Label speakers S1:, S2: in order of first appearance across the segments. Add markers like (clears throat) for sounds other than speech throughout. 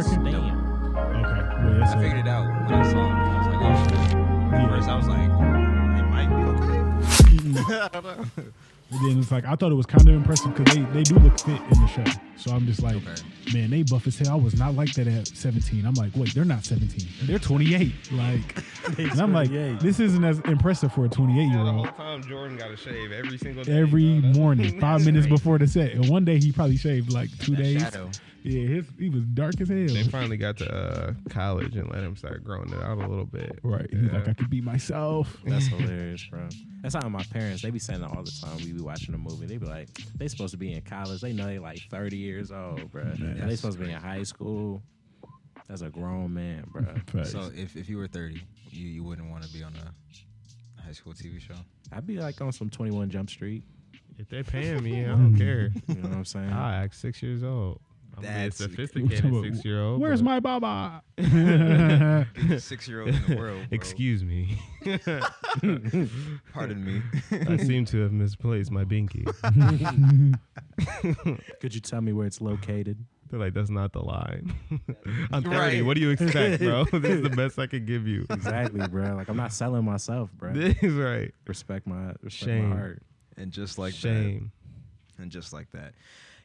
S1: Uh,
S2: (laughs)
S3: I figured it out when I saw it. I was like, oh shit. At first, I was like, it might be okay. I don't know. (laughs)
S1: And then it's like I thought it was kind of impressive because they, they do look fit in the show. So I'm just like, man, they buff as hell. I was not like that at 17. I'm like, wait, they're not 17. They're 28.
S3: (laughs)
S1: Like, and I'm like,
S2: 28.
S1: this isn't as impressive for a 28 year
S3: Yeah, the whole
S1: old.
S3: time Jordan got to shave every single day.
S1: Every
S3: bro. That's- (laughs)
S1: morning, five
S3: that's
S1: minutes
S3: crazy.
S1: before the set, and one day he probably shaved like two
S3: That
S1: days.
S3: shadow.
S1: Yeah, his, he was dark as
S3: They
S1: hell.
S3: finally got to uh, college and let him start growing it out a little bit.
S1: Right, he's
S3: Yeah.
S1: like, I could be myself.
S2: That's hilarious, bro. That's how my parents, they be saying that all the time. We be watching a movie. They be like, they supposed to be in college. They know they like 30 years old, bro. And they supposed to be in high school. That's a grown man, bro.
S1: Facts. (laughs)
S3: So-
S4: So if, if you were 30, you, you wouldn't want to be on a high school TV
S3: (laughs)
S4: show.
S2: I'd be like on some 21 Jump Street.
S3: If they're paying me, I
S1: Mm.
S3: don't care.
S2: You know what I'm (laughs) saying?
S3: I act six years old. I'm
S4: That's-
S3: a sophisticated six year old.
S1: Where's my baba?
S4: Six year old in (laughs) the world. bro.
S3: Excuse me.
S4: Pardon me. (laughs)
S3: I seem to have misplaced
S1: (laughs)
S3: my binky.
S2: Could you tell me where it's located?
S3: They're like, that's not the line. (laughs) I'm 30.
S4: Right.
S3: What do you
S1: (laughs)
S3: expect, bro? this is the best I could give you.
S2: Exactly, bro. Like, I'm not selling myself, bro.
S3: This is right.
S2: Respect my, respect
S3: Shame.
S2: my heart.
S4: and just like
S3: Shame.
S4: that. And just like that.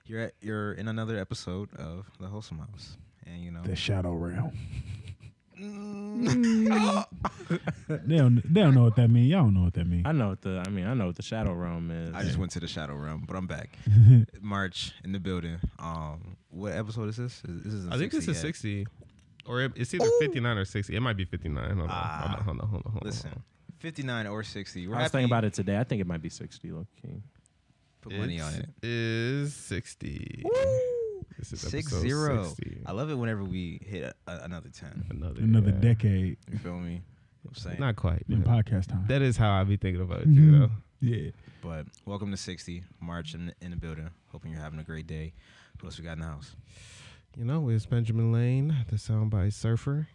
S4: You're at, you're in another episode of The Wholesome House. And you know.
S1: The shadow realm. they don't they don't know what that means. Y'all don't know what that means.
S2: I know what the, I mean, I know what the Shadow Realm is.
S4: (laughs) I just went to the shadow realm, but I'm
S3: (laughs)
S4: back. March in the building. Um, what episode is this? Is- This is
S3: I think this is
S4: yet.
S3: 60. Or it, it's either 59 or 60. It might be 59. Hold on.
S4: Ah.
S3: hold on. Hold on. Hold on. Hold on.
S4: Listen, 59 or 60.
S2: I
S4: We're
S2: was thinking about it today. I think it might be 60, low key.
S4: Put money on it.
S3: Is 60. This is
S4: Six
S3: episode
S4: zero.
S3: 60.
S4: I love it whenever we hit a, a, another 10.
S3: Another,
S1: Another
S3: yeah.
S1: decade
S4: You feel me? I'm saying.
S3: Not quite.
S1: in
S3: but
S1: podcast time.
S3: That is how I be thinking about it, too,
S1: Mm-hmm.
S3: though.
S1: yeah.
S4: But welcome to 60 March in the, in the building. Hoping you're having a great day. Who else we got in the house?
S3: You know, it's Benjamin Lane, the soundbite surfer.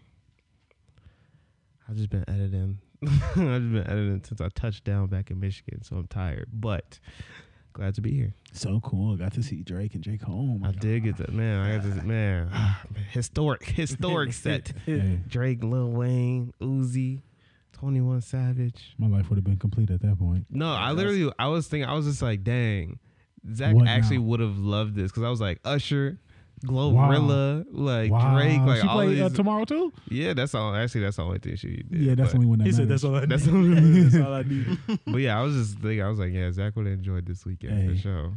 S3: I've just been editing. (laughs) I've just been editing since I touched down back in Michigan, so I'm tired, but glad to be here.
S1: So cool. Got to see Drake and Jake home.
S3: I did get to man. I got this man.
S1: (sighs) (laughs)
S3: Historic, historic set.
S1: Hey,
S3: Drake, Lil Wayne, Uzi, Twenty One Savage.
S1: my life would have been complete at that point.
S3: No, I literally, I was thinking, I was just like, dang, Zach
S1: What
S3: actually
S1: now?
S3: would have loved this because I was like Usher, Glorilla, like
S1: wow.
S3: Drake, like
S1: she
S3: all
S1: played
S3: these.
S1: uh, tomorrow too.
S3: yeah, that's all. Actually, that's the only thing she did.
S1: yeah, that's the
S3: but-
S1: only one that
S2: He said,
S1: matters.
S2: that's
S3: (laughs)
S2: all
S1: (laughs)
S2: I
S3: That's
S2: need. (laughs)
S3: the only.
S2: that's all I need.
S3: but yeah, I was just thinking, I was like, yeah, Zach would have enjoyed this weekend for
S1: Hey.
S3: sure.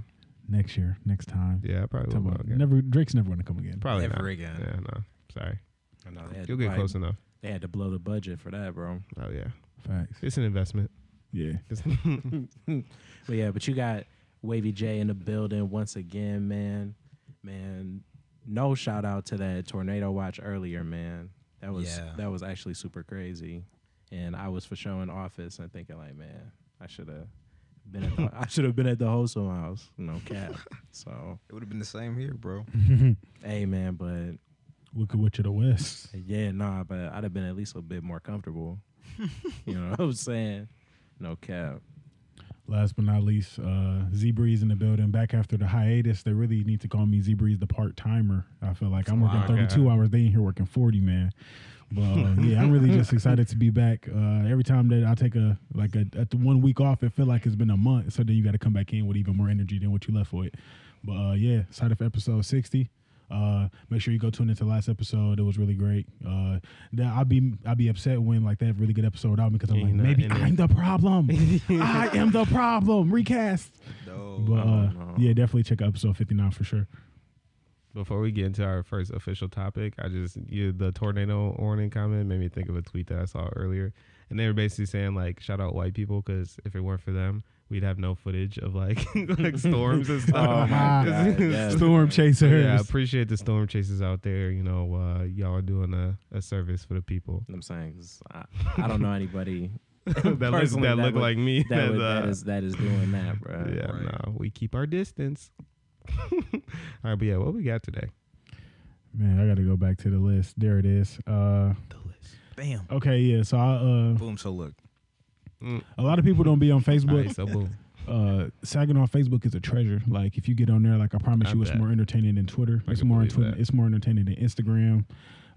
S1: next year, next time.
S3: Yeah, I probably
S1: Talk
S3: would.
S1: about-
S3: Okay.
S1: Never Drake's never gonna come again.
S3: probably
S4: Ever
S3: not.
S4: again.
S3: Oh, Yeah, no, sorry.
S2: I know, they had
S3: You'll
S2: to
S3: get
S2: probably-
S3: close enough.
S2: They had to blow the budget for that, bro.
S3: Oh yeah,
S1: Facts.
S3: it's an investment. (laughs)
S1: (laughs) Yeah.
S2: But yeah, but you got Wavy J in the building once again, man. Man, no shout out to that tornado watch earlier, man. That was
S4: Yeah.
S2: that was actually super crazy, and I was for sure in office and thinking like, man, I should have been at the, I should have been at the wholesome house, no cap. so,
S4: It would have been the same here, bro.
S2: hey, man, but
S1: Look at Witch of the West.
S2: Yeah, nah, but I'd have been at least a bit more comfortable. you know what I'm saying? No cap.
S1: Last but not least, uh, Z Breeze in the building. Back after the hiatus, they really need to call me Z Breeze the part timer. I feel like I'm working
S3: Wow.
S1: 32 hours. They in here working 40, man. But uh, yeah, I'm really just excited to be back. Uh, every time that I take a like a, at the one week off, it feel like it's been a month. So then you got to come back in with even more energy than what you left with. But uh, yeah, side of episode 60. Uh, make sure you go tune into last episode. It was really great. Uh, that I'll be I'll be upset when like they have a really good episode out because I'm
S3: Yeah,
S1: like
S3: you're not
S1: maybe
S3: in it.
S1: I'm the problem. I am the problem. Recast.
S3: Oh,
S4: No.
S1: But uh, yeah, definitely check out episode 59 for sure.
S3: Before we get into our first official topic, I just you, the tornado warning comment made me think of a tweet that I saw earlier, and they were basically saying like, shout out white people because if it weren't for them, we'd have no footage of like (laughs) like storms
S2: (laughs)
S3: and
S2: Oh
S3: stuff.
S2: my
S1: God,
S2: god. yes.
S1: Storm chasers.
S3: yeah, I appreciate the storm chasers out there. You know, uh, y'all are doing a, a service for the people (laughs)
S2: I'm saying 'cause I, I don't know anybody
S3: that look, that
S2: Personally, that
S3: look
S2: would-
S3: like (laughs) me.
S2: that, would,
S3: uh,
S2: that is that is doing that, bro.
S3: yeah,
S4: Right.
S3: no, we keep our distance. (laughs) All right, but yeah, what we got today?
S1: Man, I got to go back to the list. There it is. Uh,
S4: Bam.
S1: okay, yeah. So I, uh,
S4: Boom. So look.
S1: a lot of people don't be on
S3: Mm, All
S1: Facebook.
S3: right, so boom.
S1: Uh, Saginaw Facebook is a treasure. Like if you get on there, like I promise
S3: I
S1: you, it's
S3: bet.
S1: more entertaining than Twitter.
S3: I
S1: it's
S3: can
S1: more
S3: believe
S1: entertain-
S3: that.
S1: it's more entertaining than Instagram.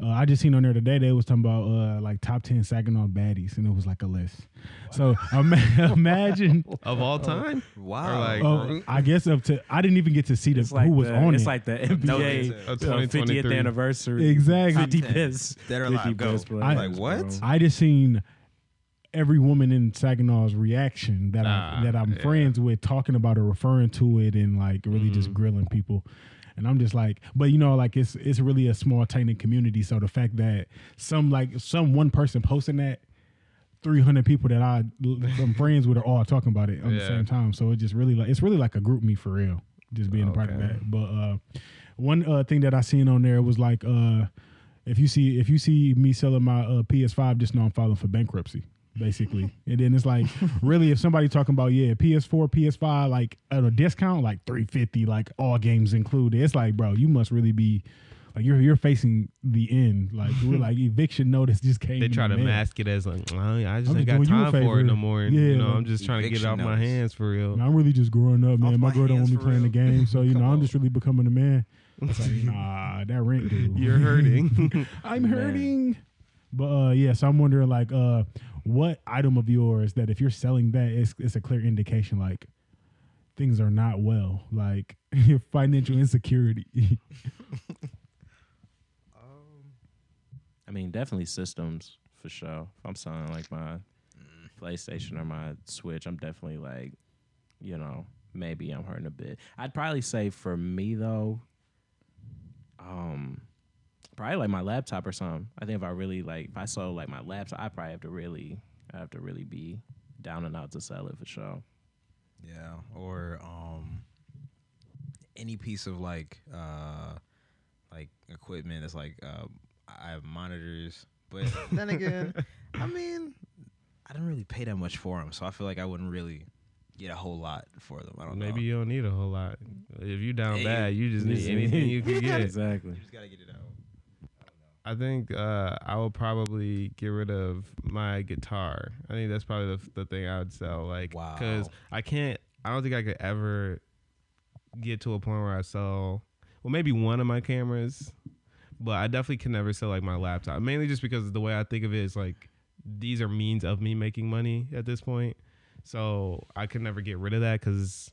S1: Uh, I just seen on there today they was talking about uh, like top ten Saginaw baddies, and it was like a list. So ima- (laughs) imagine.
S2: (laughs)
S3: Of
S2: Oh.
S3: all time?
S4: Wow.
S3: (laughs) like-
S1: Oh, I guess up to I didn't even get to see the,
S2: It's like
S1: who was
S2: the,
S1: on
S2: It's
S1: it.
S2: like the
S4: No, it's
S2: NBA
S4: a-
S2: uh,
S3: a
S2: 50th
S3: 2023.
S2: anniversary.
S1: Exactly.
S2: 50
S4: Top 10.
S2: best.
S4: Dead or
S2: 50
S4: alive, go.
S2: best
S4: I'm
S2: players,
S4: like, what?
S2: bro.
S1: I just seen every woman in Saginaw's reaction that I
S3: Nah,
S1: that I'm
S3: yeah.
S1: friends with talking about or referring to it and like really
S3: Mm.
S1: just grilling people. And I'm just like, but you know, like it's it's really a small tiny community. So the fact that some like some one person posting that, three hundred people that I I'm friends with are all talking about it at the
S3: Yeah.
S1: same time. So it just really like it's really like a group me for real. Just being a part of
S3: Okay.
S1: that. But uh one uh thing that I seen on there was like uh if you see if you see me selling my uh, PS5, just know I'm filing for bankruptcy, basically. and then it's like, really, if somebody talking about yeah, PS4, PS5, like at a discount, like three fifty, like all games included. It's like, bro, you must really be like you're you're facing the end. Like we're like eviction notice just came.
S3: They
S1: in
S3: try
S1: the
S3: to
S1: mail.
S3: mask it as like, "Nah, I just
S1: I'm just
S3: ain't got
S1: doing you a
S3: time for
S1: favor."
S3: it no more. And,
S1: Yeah,
S3: you know,
S1: like-
S3: I'm just trying to get it
S4: Eviction
S3: off my
S4: notice.
S3: hands for real.
S1: And I'm really just growing up, man.
S4: Off
S1: my
S4: my
S1: girl don't
S4: hands
S1: want me
S4: for
S1: playing the
S4: real.
S1: game, so you know
S4: Come
S1: I'm
S4: on.
S1: just really becoming a man. It's like, nah, that rent due.
S3: You're
S4: (laughs)
S3: hurting.
S1: I'm
S2: Man.
S1: hurting. But uh yeah, so I'm wondering like uh what item of yours that if you're selling that it's it's a clear indication like things are not well, like (laughs) your financial insecurity. (laughs)
S2: I mean, definitely systems for sure. If I'm selling like my PlayStation or my Switch, I'm definitely like, you know, maybe I'm hurting a bit. I'd probably say for me though, um, probably like my laptop or something. I think if I really like, if I sold like my laptop, I probably have to really, I have to really be down and out to sell it for sure.
S4: Yeah, or um, any piece of like uh, like equipment that's like uh, I have monitors, but (laughs) then again, I mean, I didn't really pay that much for them, so I feel like I wouldn't really get a whole lot for them. I don't know.
S3: Maybe you don't need a whole lot. If you down
S4: Hey,
S3: bad, you just
S2: (laughs)
S3: need
S2: Yeah.
S3: anything
S4: (laughs)
S3: you can get.
S2: Exactly.
S4: you just gotta get it out.
S3: I think uh, I will probably get rid of my guitar. I think that's probably the, the thing I would sell. Like, because
S4: Wow.
S3: I can't. I don't think I could ever get to a point where I sell. Well, maybe one of my cameras, but I definitely can never sell like my laptop. Mainly just because the way I think of it is like these are means of me making money at this point. So I could never get rid of that because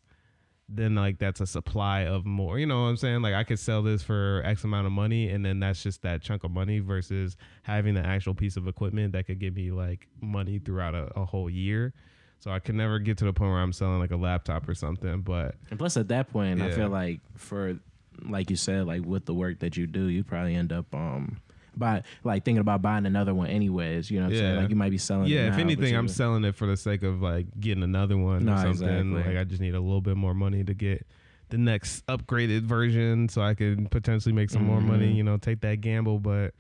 S3: then like that's a supply of more. You know what I'm saying? Like I could sell this for X amount of money and then that's just that chunk of money versus having the actual piece of equipment that could give me like money throughout a, a whole year. So I could never get to the point where I'm selling like a laptop or something. But
S2: And plus, at that point, I
S3: Yeah.
S2: feel like for, like you said, like with the work that you do, you probably end up um by like thinking about buying another one anyways. You know, what I'm saying
S3: Yeah.
S2: like you might be selling. it
S3: yeah,
S2: now,
S3: if
S2: Oh, but
S3: anything,
S2: you-
S3: I'm selling it for the sake of like getting another one
S2: Nah,
S3: or something.
S2: exactly.
S3: Like I just need a little bit more money to get the next upgraded version so I can potentially make some more money,
S2: Mhm.
S3: you know, take that gamble. But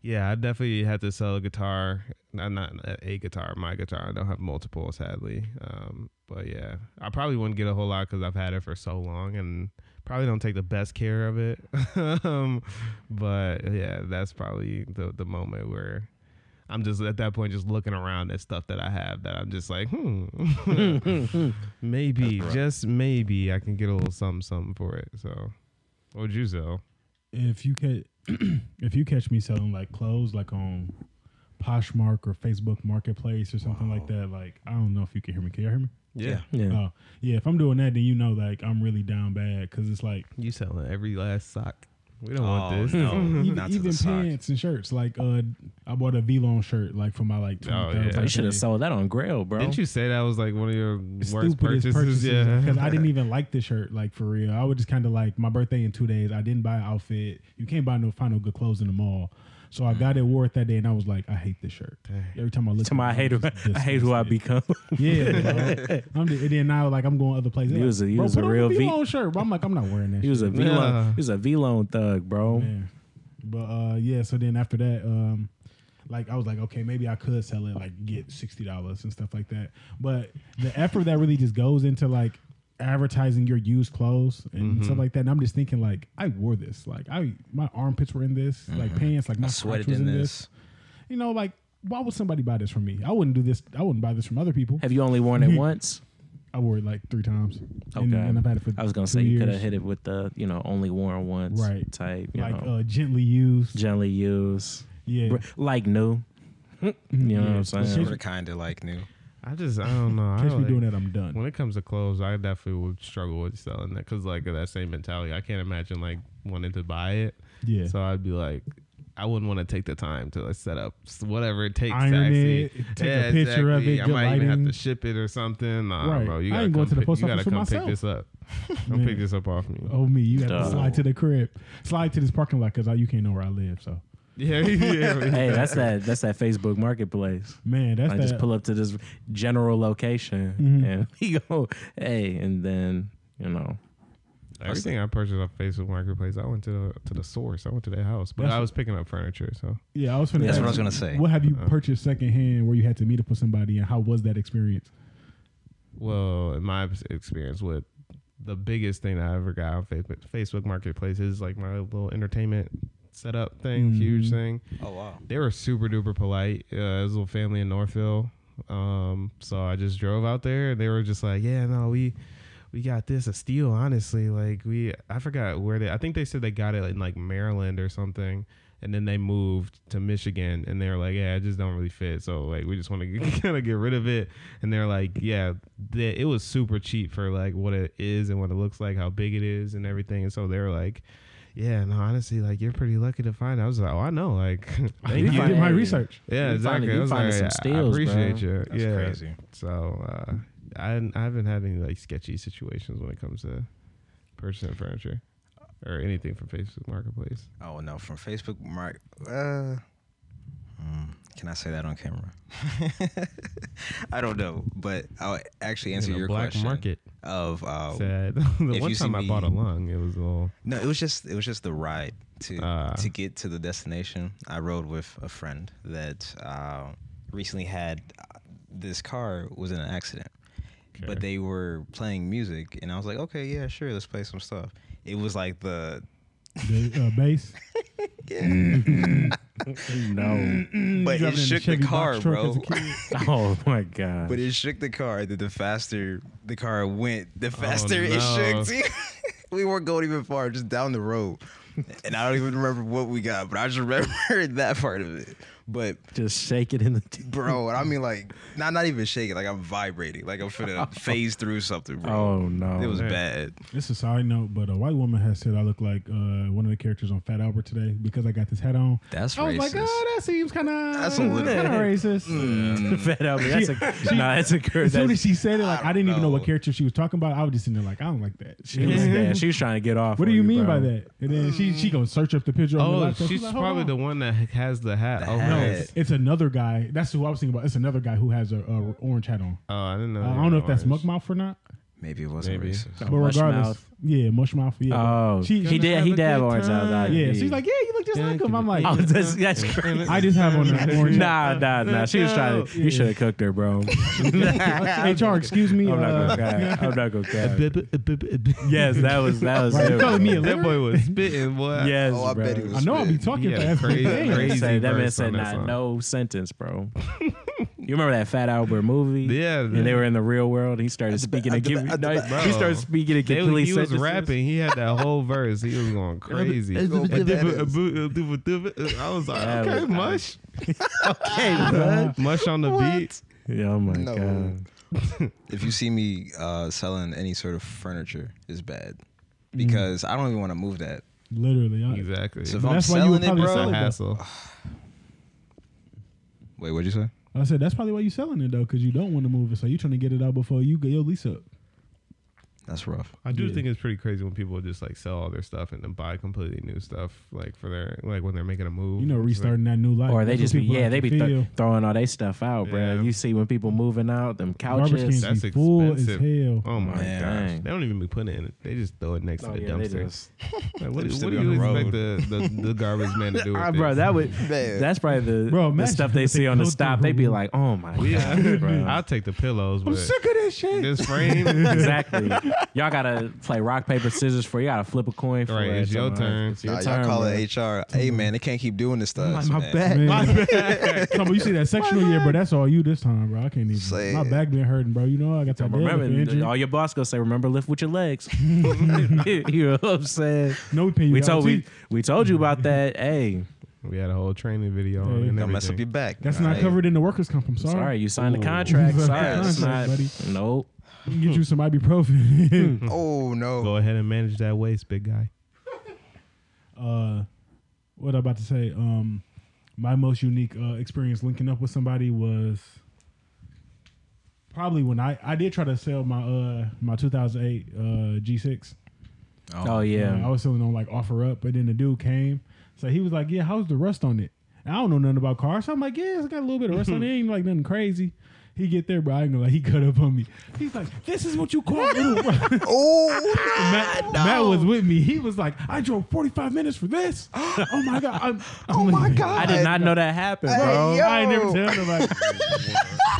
S3: yeah, I definitely had to sell a guitar. Not, not a guitar, my guitar. I don't have multiple, sadly. Um, but yeah, I probably wouldn't get a whole lot because I've had it for so long and probably don't take the best care of it. (laughs) um, but yeah, that's probably the, the moment where I'm just at that point just looking around at stuff that I have that I'm just like, hmm, maybe, just maybe I can get a little something, something for it. So, what would you sell?
S1: if you catch (clears throat) if you catch me selling like clothes like on Poshmark or Facebook Marketplace or something like that, like I don't know if you can hear me. Can you hear me?
S4: Yeah.
S2: Yeah.
S1: Oh, yeah. If I'm doing that, then you know like I'm really down bad because it's like
S3: You selling every last sock. We don't
S4: Oh,
S3: want this. (laughs)
S4: no.
S1: even,
S4: Not to the
S1: even
S4: sock.
S1: pants and shirts. Like uh, I bought a V-Lone shirt like for my like.
S4: Oh,
S1: 23rd
S3: yeah. You
S2: Oh, You
S1: birthday.
S2: should have sold that on Grail, bro.
S3: Didn't you say that was like one of your worst
S1: Stupidest
S3: purchases? Yeah. (laughs)
S1: because I didn't even like the shirt. Like for real, I would just kind of like my birthday in two days. I didn't buy an outfit. You can't buy no final good clothes in the mall. So I got it, wore it that day, and I was like, I hate this shirt. Every time I look,
S2: To my I
S1: at it,
S2: hate,
S1: I'm
S2: who-
S1: (laughs) just
S2: I hate who I
S1: disgusted.
S2: become. (laughs)
S1: Yeah, bro. I'm just, and then now like I'm going other places.
S2: You
S1: They're
S2: was a-
S1: like,
S2: you
S1: "Bro,
S2: was a
S1: put on
S2: real V-
S1: V-Lone shirt. But I'm like, I'm not wearing that.
S2: He
S1: shit.
S2: was a V
S3: Yeah.
S2: loan. He was a V loan thug, bro.
S1: Yeah. But uh yeah, so then after that, um like I was like, okay, maybe I could sell it, like get sixty dollars and stuff like that. But the effort that really just goes into like advertising your used clothes and
S2: Mm-hmm.
S1: stuff like that. And I'm just thinking like I wore this. Like I my armpits were in this,
S2: Mm-hmm.
S1: like pants, like my
S4: I
S1: sweat
S4: sweated
S1: was
S4: in
S1: in this.
S4: this.
S1: You know, like why would somebody buy this from me? I wouldn't do this. I wouldn't buy this from other people. (laughs)
S2: Have you only worn it once?
S1: I wore it like three times. And,
S2: Okay.
S1: and I've had it for
S2: I was gonna
S1: two
S2: say you could have
S1: years.
S2: hit it with the you know only worn once
S1: Right.
S2: type, you
S1: like
S2: know,
S1: uh, gently used.
S2: gently used,
S1: yeah.
S2: Br- like new. you know what I'm
S1: Yeah.
S2: saying?
S5: Sort of, kind of like new.
S3: I just I don't (laughs) know. I
S1: Catch me
S3: like-
S1: doing that, I'm done.
S3: When it comes to clothes, I definitely would struggle with selling that because like of that same mentality. I can't imagine like wanting to buy it.
S1: Yeah.
S3: So I'd be like, I wouldn't want to take the time to like, set up s- whatever it takes. to
S1: Iron
S3: actually,
S1: it, take a picture of it,
S3: I
S1: good
S3: might even
S1: lighting.
S3: have to ship it or something. Nah,
S1: Right.
S3: bro, you
S1: I
S3: gotta
S1: ain't
S3: come,
S1: going to the
S3: pick-
S1: post
S3: you gotta
S1: office
S3: come
S1: for
S3: pick
S1: (laughs)
S3: this up. Come
S1: Man.
S3: pick this up off me.
S1: Oh me, you have
S2: Duh.
S1: to slide to the crib, slide to this parking lot because you can't know where I live. So
S3: (laughs)
S1: (laughs)
S3: Yeah, yeah.
S2: hey, that's that. That's that Facebook Marketplace.
S1: man, that's Mm-hmm.
S2: I
S1: that.
S2: just pull up to this general location and (laughs) we go, hey, and then you know,
S3: Everything I purchased off Facebook Marketplace, I went to the, to the source. I went to their house, but
S1: That's-
S3: I was picking up furniture. So
S1: yeah, I was finna.
S5: That's
S1: ask
S5: what I was
S1: you,
S5: gonna say. Uh-huh.
S1: What have you purchased secondhand where you had to meet up with somebody and how was that
S5: (laughs)
S1: experience?
S3: Well, in my experience with the biggest thing I ever got on Fa- Facebook Marketplace is like my little entertainment setup thing, huge
S1: Mm-hmm.
S3: thing.
S5: Oh wow.
S3: They were super duper polite. Uh, it was a little family in Northville. Um, so I just drove out there and they were just like, yeah, no, we, we got this a steal. Honestly, like we, I forgot where they, I think they said they got it in like Maryland or something. And then they moved to Michigan and they were like, yeah, it just don't really fit. So like, we just (laughs) want to kind of get rid of it. And they're like, yeah, they, it was super cheap for like what it is and what it looks like, how big it is and everything. And so they were like, yeah, no, honestly, like you're pretty lucky to find. it." I was like, oh, I know, like, (laughs) thank
S1: You
S3: you.
S2: find-
S1: did my
S2: Hey.
S1: research.
S3: Yeah,
S2: You
S3: exactly.
S2: finding- you
S3: I was
S2: finding
S3: like,
S2: some
S3: I
S2: steals,
S3: appreciate
S2: bro.
S3: you.
S5: That's
S3: yeah.
S5: crazy.
S3: So uh, I didn't- I haven't had any like sketchy situations when it comes to purchasing furniture or anything from Facebook Marketplace.
S5: Oh no, from Facebook, Mark. Uh, mm, can I say that on camera? (laughs) I don't know, but I'll actually answer
S3: In a
S5: your
S3: black
S5: question
S3: market.
S5: of uh,
S3: Sad. (laughs) the
S5: if
S3: one
S5: you
S3: time
S5: see
S3: I
S5: me-
S3: bought a lung, it was all
S5: no. It was just it was just the ride to
S3: Ah.
S5: to get to the destination. I rode with a friend that uh, recently had uh, this car was in an accident,
S3: Okay.
S5: but they were playing music, and I was like, okay, yeah, sure, let's play some stuff. It was like the
S1: The uh, base.
S2: no,
S5: (laughs) but
S1: driving
S5: it
S1: in a
S5: shook the
S1: Chevy box
S5: car,
S1: truck as a
S5: bro.
S1: kid.
S2: (laughs) oh my god,
S5: But it shook the car. That the faster the car went, the faster
S3: Oh, no.
S5: it shook. (laughs) we weren't going even far, just down the road. And I don't even remember what we got, but I just remember (laughs) that part of it. But
S2: just shake it in the. T-
S5: bro, I mean like not not even shaking, like I'm vibrating, like I'm
S3: (laughs)
S5: finna phase through something, bro.
S2: oh no,
S5: it was
S3: man.
S5: bad.
S1: This is a side note, but a white woman has said I look like uh, one of the characters on Fat Albert today because I got this hat on.
S5: That's
S1: I was like, oh, that seems kind of
S5: That's a little-
S1: kind of racist.
S5: Mm.
S2: (laughs) Fed up. That's
S1: (laughs)
S2: a
S1: she-
S2: nah, that's a girl.
S1: As soon as
S2: That's,
S1: she said it, like I,
S5: don't
S1: didn't even know
S5: know.
S1: what character she was talking about. I was just in there like, I don't like that.
S2: (laughs) she
S1: (laughs)
S2: was yeah, she was trying to get off.
S1: What
S2: on
S1: do you mean by
S2: bro.
S1: that? And then she she gonna search up the picture. on the
S3: Oh,
S1: laptop.
S3: she's
S1: like, hold
S3: probably
S1: on.
S3: the one that has the hat.
S5: The
S3: oh,
S5: hat.
S3: nice.
S5: Yes.
S1: It's another guy. That's who I was thinking about. It's another guy who has a, a orange hat on.
S3: Oh, I didn't know.
S1: Uh, I
S3: they
S1: don't know
S3: were
S1: if that's muck
S3: orange.
S1: mouth or not,
S5: Maybe it wasn't
S3: Maybe.
S5: racist.
S1: but
S2: Mush
S1: regardless,
S2: Mouth.
S1: yeah, mush mouth. Yeah,
S2: Oh,
S1: She-
S2: he did. He
S3: Gonna
S2: did
S3: have
S2: have
S3: a
S2: orange
S3: good
S2: eyes. I
S3: time.
S1: yeah.
S2: agree.
S1: She's like, yeah, you look just
S3: Yeah,
S1: like
S3: it
S1: him.
S3: could
S1: I'm
S3: be-
S1: like,
S2: (laughs) oh, that's that's crazy.
S1: (laughs) (laughs)
S3: (laughs)
S1: I just have on an orange.
S2: (laughs) Nah, nah, nah. She was trying. To, you should have cooked her, bro.
S1: (laughs) HR, excuse me.
S2: I'm not
S1: uh, (laughs)
S2: gonna cry. I'm not gonna cry.
S3: yeah,
S2: Yes, that was that was
S1: Right, you
S2: it.
S1: calling me
S2: bro.
S1: a
S3: that boy was
S1: (laughs)
S3: spitting. Boy,
S2: Yes,
S5: Oh, I
S2: bro.
S5: bet he was
S1: I know I'll be
S5: spitting.
S1: talking
S3: Yeah,
S1: fast. but
S3: crazy,
S1: dang.
S3: crazy.
S2: That man said- that man
S3: verse on
S2: said
S3: that
S2: not
S3: song.
S2: no sentence, bro. you remember that Fat Albert movie?
S3: Yeah,
S2: And they were in the real world. He started speaking and
S5: at the
S2: giving.
S5: back, at the
S2: no,
S5: back.
S2: He started speaking and
S3: They was-
S2: completely
S3: he was
S2: sentences.
S3: rapping. He had that whole verse. He was going crazy. I
S5: Oh, but that is-
S3: uh, was like,
S2: That
S3: okay,
S2: was- (laughs)
S3: mush,
S2: Hey,
S3: (laughs)
S2: bro.
S3: mush on the beat.
S2: Yeah, oh my
S5: No.
S2: god.
S5: if you see me uh, selling any sort of furniture, it's bad
S3: Mm.
S5: because I don't even want to move that.
S1: Literally, I-
S3: Exactly.
S5: So if
S3: It's
S5: I'm
S1: that's why you were
S5: selling it,
S1: probably
S5: bro.
S3: a
S1: selling-
S3: hassle.
S5: Wait, what'd you say?
S1: I said that's probably why you selling it though, because you don't want to move it, so you trying to get it out before you get your lease up.
S5: That's rough.
S3: I do
S1: Yeah.
S3: think it's pretty crazy when people just like sell all their stuff and then buy completely new stuff, like for their like when they're making a move.
S1: You know,
S3: It's like-
S1: restarting that new life.
S2: Or they
S1: That's
S2: just
S1: what
S2: be
S1: people
S2: yeah,
S1: have
S2: they
S1: to
S2: be th-
S1: feel.
S2: throwing all they stuff out, bro.
S3: Yeah.
S2: You see when people moving out, them
S1: Garbage
S2: couches.
S1: cans
S3: That's
S1: be full as
S3: expensive.
S1: hell.
S3: Oh my
S5: Man.
S3: gosh!
S2: Dang.
S3: They don't even be putting it in. it. They just throw it next
S2: Oh,
S3: to the
S2: yeah, they
S3: dumpster.
S2: just-
S3: Like, what
S5: They
S3: do-
S5: just
S3: what
S5: be
S3: do you
S5: on the
S3: expect
S5: road.
S3: the, the, the garbage
S2: (laughs)
S3: man to do? With
S2: Ah, bro,
S3: this?
S2: that would
S5: Man.
S2: that's probably the,
S1: Bro,
S2: the
S1: imagine
S2: stuff they
S1: if they
S2: see on the
S1: go through
S2: stop.
S1: her
S2: They be
S1: room.
S2: like, oh my
S3: Yeah.
S2: god, bro.
S3: (laughs) I'll take the pillows,
S1: I'm
S3: but
S1: sick of this shit.
S2: (laughs)
S3: this frame.
S2: exactly. y'all gotta play rock paper scissors for. You gotta flip a coin for.
S3: Right,
S2: it.
S3: it's your
S2: Something like-
S3: turn.
S2: It's your
S5: Nah,
S2: turn.
S5: y'all call
S2: bro.
S5: it HR. Hey man, they can't keep doing this to us.
S2: My
S5: man.
S2: back.
S1: (laughs) Man. Come on, you see that sectional? Yeah, bro, that's all you this time, bro. I can't even.
S5: Say
S1: my
S5: it.
S1: back been hurting, bro. You know I got that
S2: Remember,
S1: deadlift injury.
S2: all your boss gonna say, "Remember, lift with
S1: (laughs)
S2: your legs." (laughs) you know what I'm saying?
S1: No pain.
S2: We
S1: dog.
S2: told
S1: See,
S2: we we told you about that. Hey,
S3: We had a whole training video on
S1: Hey,
S3: it. and
S5: Don't mess up
S3: everything.
S5: your back.
S1: That's
S5: man.
S1: not covered in the workers' comp. I'm sorry.
S2: sorry, you signed
S3: Ooh.
S2: the contract.
S1: You
S2: Sorry,
S1: signed the
S2: it's not.
S1: contract,
S2: Nope.
S1: We can Get you some
S2: Hmm.
S1: ibuprofen.
S5: Oh no.
S3: Go ahead and manage that waist, big guy.
S1: uh, what I'm about to say. Um, my most unique uh, experience linking up with somebody was probably when I I did try to sell my uh my 2008 uh G6.
S2: Oh yeah.
S1: Uh, I was selling on like offer up, but then the dude came. So he was like, Yeah, how's the rust on it? And I don't know nothing about cars. So I'm like, Yeah, it's got a little bit of rust on it. Ain't like nothing crazy. He get there, bro. I ain't gonna lie. He cut up on me. He's like, "This is what you call little rust."
S5: Oh.
S1: Matt, Matt was with me. He was like, "I drove 45 minutes for
S5: (gasps)
S1: this." oh my god! I'm, I'm (laughs)
S5: Oh my
S1: leaving.
S5: God.
S2: I did not know that happened,
S5: Hey,
S2: bro.
S5: yo.
S1: I ain't never
S5: (laughs)
S1: tell nobody.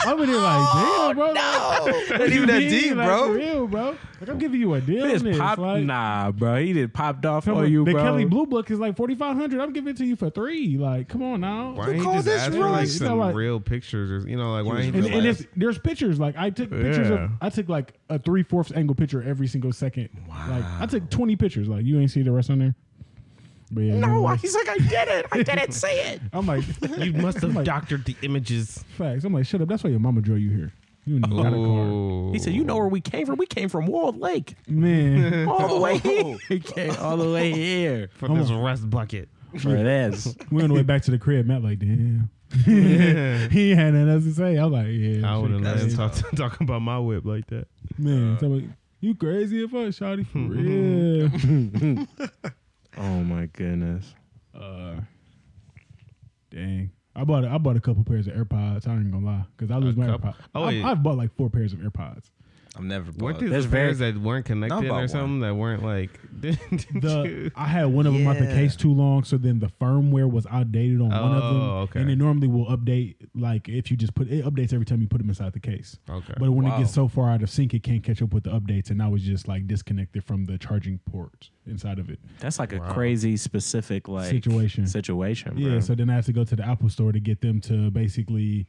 S1: I'm in there like, "Damn, bro."
S5: Oh, No.
S1: What
S5: Not
S1: you
S5: even that
S1: mean?
S5: deep,
S1: Like, for
S5: bro.
S1: real, bro. Like I'm giving you a deal.
S2: He
S1: on
S2: just
S1: this.
S2: popped.
S1: like,
S2: nah, bro. He did popped off
S1: Come
S2: on
S1: on,
S2: you,
S1: the
S2: bro.
S1: Kelly Blue Book is like forty five hundred. I'm giving it to you for three. Like, come on now.
S3: Why ain't
S5: call
S3: just
S5: this
S3: ask for like
S5: right?
S3: some
S1: You know, like-
S3: real pictures? Or, you know, like why ain't
S1: And,
S3: just
S1: and
S3: like,
S1: it's, there's pictures. Like I took pictures
S3: Yeah.
S1: of. I took like a three fourths angle picture every single second. Like I took twenty pictures. Like you ain't see the rest on there. But yeah, no,
S2: He's like, I did it. I didn't say it.
S1: (laughs) I'm
S5: (laughs)
S1: like,
S3: you must
S1: I'm like,
S3: doctored the images.
S1: facts. I'm like, shut up. That's why your mama drove you here. You ain't got a car,
S3: (laughs) Ooh.
S2: He said, "You know where we came from? We came from Walled
S1: (laughs)
S2: Lake,
S1: man.
S2: all the way
S1: Oh.
S2: (laughs) here. we came all the way
S3: (laughs)
S2: here
S3: for this rust (laughs) bucket.
S2: for (laughs) this."
S1: We're on the way back to the crib. Matt like, damn. he had nothing else to say. I'm like, yeah.
S3: I
S1: shit
S3: wouldn't let him
S1: crazy.
S3: talk talk about my whip like that.
S1: Man, so I'm like, you crazy if I shawty
S3: (laughs)
S1: for real.
S2: Oh my goodness.
S1: Uh, dang. I bought a, I bought a couple pairs of AirPods. I ain't gonna lie, cause I lose my
S3: couple?
S1: AirPods.
S3: Oh,
S1: I've,
S3: wait.
S1: I've bought like four pairs of AirPods.
S5: I'm never.
S3: Weren't
S5: bugged.
S3: these
S2: There's
S3: the pairs that weren't connected
S5: about
S3: or
S5: one.
S3: something that weren't like? (laughs) did (laughs)
S1: The I had one of them out the
S5: Yeah.
S1: case too long, so then the firmware was outdated on one of them,
S3: Oh, okay.
S1: and it normally will update like if you just put it updates every time you put them inside the case.
S3: Okay.
S1: But when it gets
S5: Wow.
S1: so far out of sync, it can't catch up with the updates, and I was just like disconnected from the charging port inside of it.
S2: That's like a crazy specific like
S1: Situation.
S2: Situation, bro.
S1: Yeah, so then I had to go to the Apple store to get them to basically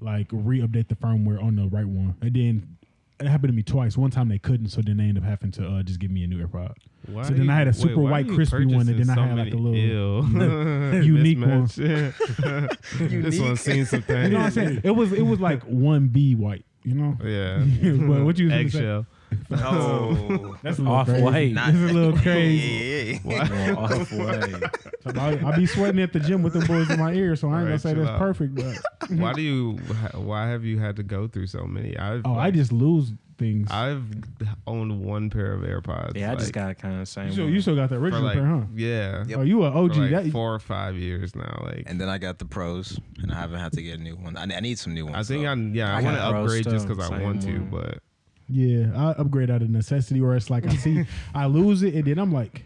S1: like re-update the firmware on the right one. And then it happened to me twice. One time they couldn't, so then they ended up having to uh, just give me a new AirPod.
S3: Why
S1: so then I had a
S3: you- wait,
S1: super
S3: why
S1: white
S3: you
S1: crispy one, and
S3: purchasing
S1: then I
S3: so
S1: had like a
S3: many-
S1: little. (laughs)
S3: Ew. (laughs)
S1: unique one. (laughs)
S3: Mismatch. (laughs) this one
S5: Unique.
S3: seen some
S1: You know what I'm
S3: things.
S1: saying? It was it was like one B white. You know.
S3: yeah.
S1: (laughs) but what you was gonna say?
S3: Eggshell.
S1: (laughs)
S5: (laughs) Oh.
S1: That's a little
S2: Off
S1: crazy.
S2: white.
S1: This is a little crazy.
S5: (laughs) Yeah.
S2: Well,
S1: (laughs)
S2: off white.
S1: I, I be sweating at the gym with them boys in my ear, so I ain't gonna
S3: Alright,
S1: say
S3: chill
S1: that's
S3: out.
S1: perfect. But
S3: (laughs) Why do you? Why have you had to go through so many? I've
S1: (laughs) oh, I
S3: like,
S1: just lose things.
S3: I've owned one pair of AirPods.
S2: Yeah, I just
S3: like,
S2: got kind of same.
S1: you, still,
S2: one.
S1: you still got the
S3: for
S1: original
S3: like
S1: pair, huh?
S3: yeah,
S5: Yep.
S1: Oh, you a
S3: for
S1: OG?
S3: like
S1: that,
S3: four or five years now. Like
S5: And then I got the pros, and I haven't had to get a new one. I, I need some new ones.
S3: I think
S5: though.
S3: I yeah I,
S2: I
S3: want to
S2: got Bros
S3: upgrade just
S2: too,
S3: because I
S2: same
S3: want to,
S2: one.
S3: but
S1: Yeah, I upgrade out of necessity, or it's like I
S3: (laughs)
S1: see I lose it, and then I'm like,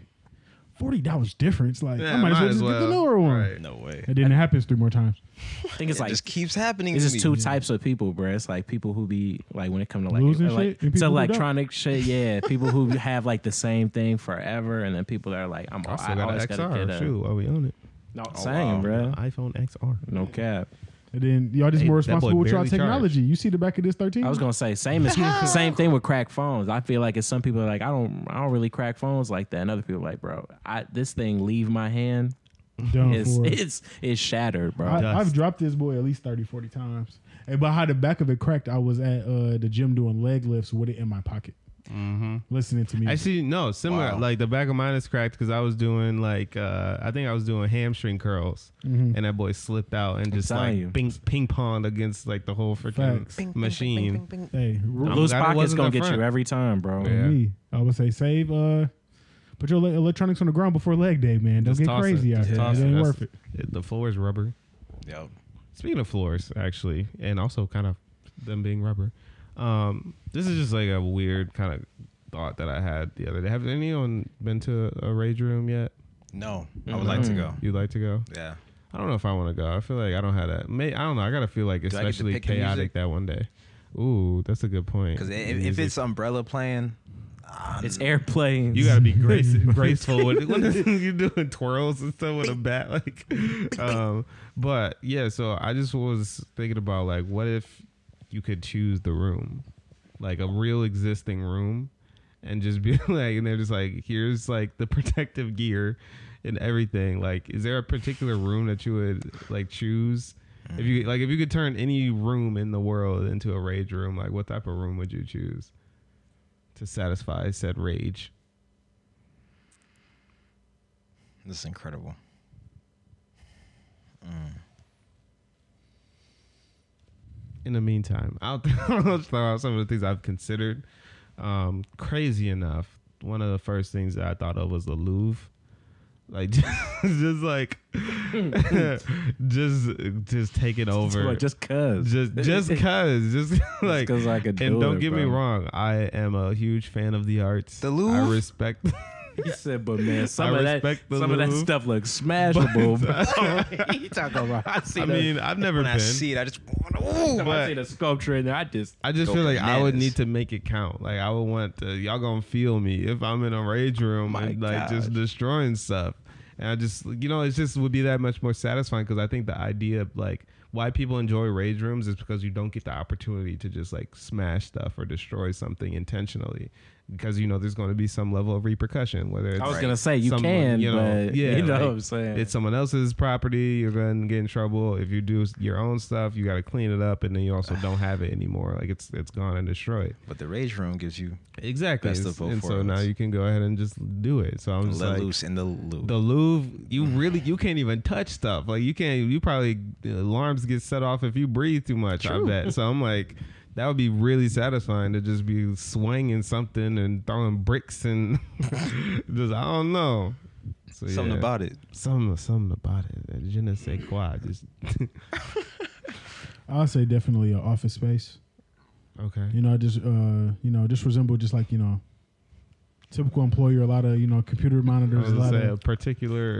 S1: forty dollars difference. Like
S3: yeah,
S1: I might, as well just get the newer one.
S3: Right.
S5: No way.
S1: And then it happens three more times.
S2: I think it's
S5: it
S2: like
S5: just keeps happening.
S2: it's
S5: to
S2: just
S5: me.
S2: two types of people, bro. It's like people who be like when it come to like, uh,
S1: Losing
S2: like
S1: shit and
S2: to
S1: people who don't.
S2: electronic shit,
S1: (laughs)
S2: yeah. People who have like the same thing forever, and then people that are like, I'm
S3: I still
S2: I
S3: got an
S2: always gotta get
S3: XR
S2: a
S3: too. While we own it,
S2: no
S5: Oh,
S2: same,
S5: wow.
S2: bro.
S3: iPhone XR.
S2: No cap.
S1: And then y'all just
S3: Hey,
S1: more
S3: that boy
S1: responsible with y'all
S3: barely
S1: technology. You see the back of this thirteen?
S2: I was gonna say same as same thing with crack phones. I feel like it's some people are like I don't I don't really crack phones like that, and other people are like, bro, I this thing leave my hand.
S1: done
S2: It's
S1: for.
S2: (laughs) it's it's shattered, bro.
S1: I,
S3: dust.
S1: I've dropped this boy at least 30, 40 times. And by how the back of it cracked, I was at uh, the gym doing leg lifts with it in my pocket, mm-hmm. listening to me.
S3: Actually, no, similar.
S5: Wow.
S3: Like the back of mine is cracked because I was doing like uh, I think I was doing hamstring curls,
S1: Mm. Mm-hmm.
S3: and that boy slipped out and just
S2: telling
S3: like
S2: you.
S3: ping ping ponged against like the whole freaking
S1: Facts.
S3: machine.
S1: hey, r-
S3: I'm
S2: Loose
S3: glad it
S2: pockets
S3: wasn't
S2: gonna
S3: up
S2: get you
S3: front.
S2: every time, bro.
S3: Yeah.
S1: me, I would say save. Uh, put your le- electronics on the ground before leg day, man. Don't
S3: Just
S1: get
S3: toss it.
S1: crazy out
S3: Just
S1: here.
S3: toss
S1: It
S3: it.
S1: ain't worth
S3: That's-
S1: it.
S3: it- Uh, The floor is rubber.
S5: Yep.
S3: Speaking of floors, actually, and also kind of them being rubber, um, this is just like a weird kind of thought that I had the other day. Have anyone been to a rage room yet?
S5: No, I would like to go.
S3: You'd like to go?
S5: Yeah.
S3: I don't know if I want to go. I feel like I don't have that. May, I don't know. I gotta feel like
S5: I get to
S3: especially
S5: pick the
S3: chaotic
S5: music?
S3: that one day. Ooh, that's a good point.
S5: Because
S3: The
S5: if,
S3: music.
S5: it's Umbrella playing,
S4: Nah,
S2: It's airplanes. (laughs)
S3: You gotta be grace, graceful with it. when you're doing twirls and stuff with a bat, (laughs) like. Um, but yeah, so I just was thinking about like, what if you could choose the room, like a real existing room, and just be (laughs) like, and they're just like, here's like the (laughs) protective gear and everything. Like, is there a particular room that you would like choose? If you like, if you could turn any room in the world into a rage room, like what type of room would you choose to satisfy said rage?
S4: This is incredible.
S3: in the meantime, (laughs) I'll, I'll throw out some of the things I've considered. Um, crazy enough, one of the first things that I thought of was the Louvre. Like (laughs) just, like (laughs) just just take it over.
S2: Like, just cuz. (laughs)
S3: just just cuz just like
S2: 'cause I could
S3: and
S2: do
S3: not
S2: it,
S3: get me
S2: bro.
S3: wrong i am a huge fan of the arts
S4: The
S3: i
S4: Louvre?
S3: respect
S2: He said, but man, some
S3: I
S2: of that
S3: respect the
S2: some of that
S3: Louvre,
S2: stuff (laughs) looks smashable. (laughs)
S4: Mm.
S1: (laughs)
S4: you talking about? I (laughs) see.
S3: i
S4: that.
S3: mean i've never
S4: when I
S3: been
S4: see it, I just want
S2: but,
S4: to.
S2: I see the sculpture in there. I just
S3: I just
S4: Go
S3: feel like I would
S4: bananas.
S3: need to make it count. Like I would want to, y'all gonna feel me if I'm in a rage room
S4: My
S3: and like just
S4: gosh.
S3: destroying stuff. And I just you know it just would be that much more satisfying because I think the idea of like why people enjoy rage rooms is because you don't get the opportunity to just like smash stuff or destroy something intentionally because you know there's going to be some level of repercussion whether it's
S2: I was
S4: Right.
S2: gonna say you
S3: someone,
S2: can,
S3: you know,
S2: but (laughs)
S3: yeah,
S2: you know
S3: like,
S2: what I'm saying.
S3: it's someone else's property. You're going to get in trouble if you do your own stuff. You got to clean it up, and then you also don't have it anymore. Like it's it's gone and destroyed.
S4: But the rage room gives you
S3: Exactly.
S4: Best of both
S3: and so now
S4: worlds.
S3: you can go ahead and just do it. So I'm just
S4: let
S3: like
S4: loose in the loop.
S3: the Louvre. You really you can't even touch stuff. Like you can't. You probably the alarms get set off if you breathe too much. I bet. So I'm like. That would be really satisfying to just be swinging something and throwing bricks and (laughs) just I don't know. So,
S4: Something
S3: yeah
S4: about it.
S3: something something about it. Je ne sais quoi. Just
S1: I'll say definitely an office space.
S3: okay.
S1: You know, I just uh, you know, just resemble just like you know, typical employer. A lot of you know, computer
S3: I
S1: monitors,
S3: was
S1: a
S3: gonna
S1: lot
S3: say a
S1: of
S3: particular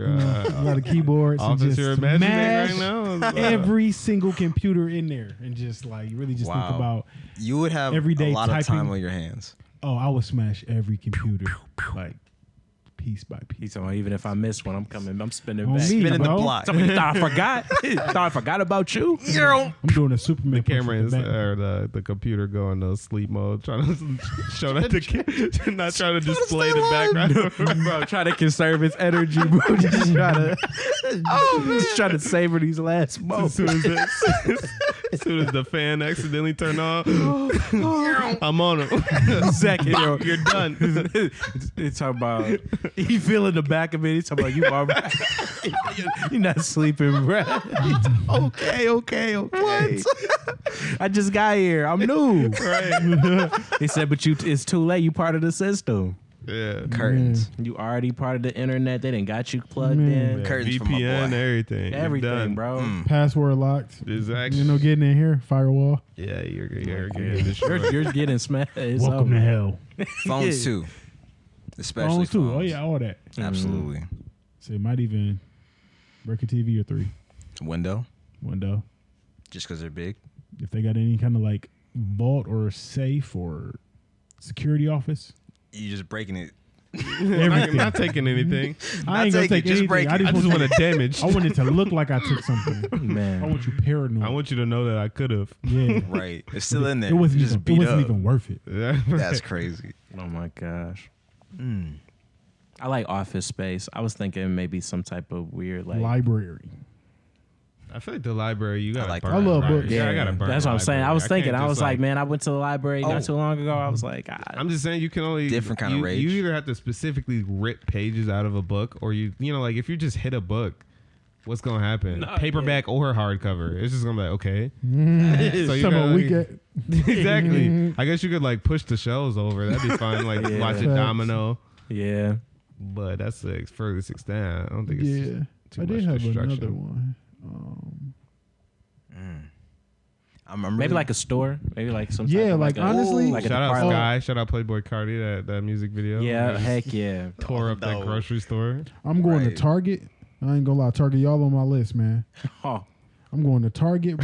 S1: (laughs) you know, a lot
S3: uh,
S1: of keyboards. and
S3: office
S1: just
S3: you're imagining
S1: smash
S3: right now. is, uh,
S1: Every single computer in there, and just like you really just
S4: Wow.
S1: think about,
S4: You would have
S1: Everyday
S4: a lot of time
S1: typing.
S4: on your hands.
S1: oh, I would smash every computer, like piece by
S2: He's
S1: piece.
S2: talking about, even if I miss one, I'm coming. I'm spinning
S1: On
S2: back.
S1: me,
S4: Been in the
S1: bro.
S4: block. (laughs)
S2: (laughs) Somebody thought I (laughs) forgot. thought I forgot about you.
S4: Girl.
S1: I'm doing a Superman.
S3: The camera
S1: punch with
S3: is, uh,
S1: the bat.
S3: or the, the computer going to sleep mode, trying to (laughs) show that
S1: (laughs)
S3: the (laughs) kid, not trying to display the
S2: (laughs)
S3: background.
S2: bro, try to conserve his energy, bro. (laughs) Just try to, just try to savor these last
S3: as,
S2: moments.
S3: (laughs) soon as, the, (laughs) as soon as the fan accidentally
S1: (gasps)
S3: turned on,
S1: Oh,
S3: I'm on him.
S2: Zach, you know,
S3: You're done.
S2: (laughs) they talking about he feeling the back of it. He talking about you already. (laughs) You're not sleeping, bro. (laughs) okay, okay, okay. (laughs) I just got here. I'm new. (laughs)
S3: Right.
S2: He said, but you, it's too late. You part of the system.
S3: (laughs) Yeah.
S1: Mm.
S4: Curtains.
S2: You already part of the internet. They didn't got you plugged in.
S3: Yeah,
S4: Curtains for my
S3: VPN,
S4: boy.
S3: everything. You're
S2: Everything,
S3: done. Mm.
S2: bro.
S1: Password locked.
S3: Exactly.
S1: You know, getting in here, firewall.
S3: yeah, you're, you're, you're,
S2: You're, you're getting smashed. It's
S1: Welcome to
S2: over.
S1: hell.
S4: Phones too. Especially phones.
S1: Phones too. Oh yeah, all that.
S4: Absolutely.
S1: So it might even break a TV or three
S4: Window.
S1: window
S4: Just because they're big.
S1: if they got any kind of like vault or safe or
S4: (laughs)
S1: security office.
S4: You're just breaking
S1: (laughs)
S4: it.
S3: I'm (laughs) not taking anything.
S1: I ain't gonna
S4: take it,
S1: take
S4: just
S1: anything.
S4: break
S1: I
S4: it.
S1: just,
S3: (laughs) I just
S1: want
S3: want to damage.
S1: I want it to look like I took
S4: (laughs)
S1: something. I
S2: Man.
S1: want you paranoid.
S3: I want you to know that I could (laughs) have.
S1: yeah.
S4: Right. It's still in there.
S1: It wasn't,
S4: just
S1: even, it
S4: beat
S1: wasn't
S4: up.
S1: even worth it.
S4: That's crazy.
S2: Oh my gosh. Hmm. I like office space. I was thinking maybe some type of weird like.
S3: (laughs)
S1: Library.
S3: I feel like the library. You got.
S4: like
S3: burn
S1: I love
S3: library.
S1: books.
S3: Yeah, I gotta burn.
S2: That's what I'm saying. I
S3: library.
S2: was
S3: can't
S2: thinking. I,
S3: just,
S2: was like, man, I went to the library
S4: Oh.
S2: not too long ago. I was like, I,
S3: I'm just saying you can only
S4: Different kind of
S3: you-
S4: rage.
S3: You either have to specifically rip pages out of a book, or you you know like if you just hit a book, what's gonna happen?
S2: No,
S3: Paperback or hardcover? It's just gonna be
S1: (laughs)
S3: like okay. so
S1: Mm-hmm. Talking about
S3: gotta-
S1: weekend-
S3: exactly.
S1: Mm-hmm.
S3: I guess you could like push the shelves over. That'd be fine. Like
S1: (laughs)
S2: Yeah.
S3: watch a
S1: Facts.
S3: domino.
S2: yeah.
S3: But that's the furthest extent. I don't think it's
S1: Yeah. I
S3: too much
S1: did have
S3: destruction.
S1: another one. Um,
S4: I'm, I'm
S2: Maybe
S4: really-
S2: like a store. Maybe like some.
S1: yeah,
S2: type of,
S1: like,
S2: a-
S1: honestly,
S2: like a
S3: Shout out
S2: department.
S3: Sky. Shout out Playboy Cardi. That that music video.
S2: Yeah,
S3: It
S2: heck yeah.
S5: Oh,
S3: tore up that
S4: No.
S3: grocery store.
S1: I'm going
S4: Right.
S1: to Target. I ain't gonna lie, Target, y'all on my list, man.
S2: Oh,
S1: I'm going to
S5: (laughs)
S1: Target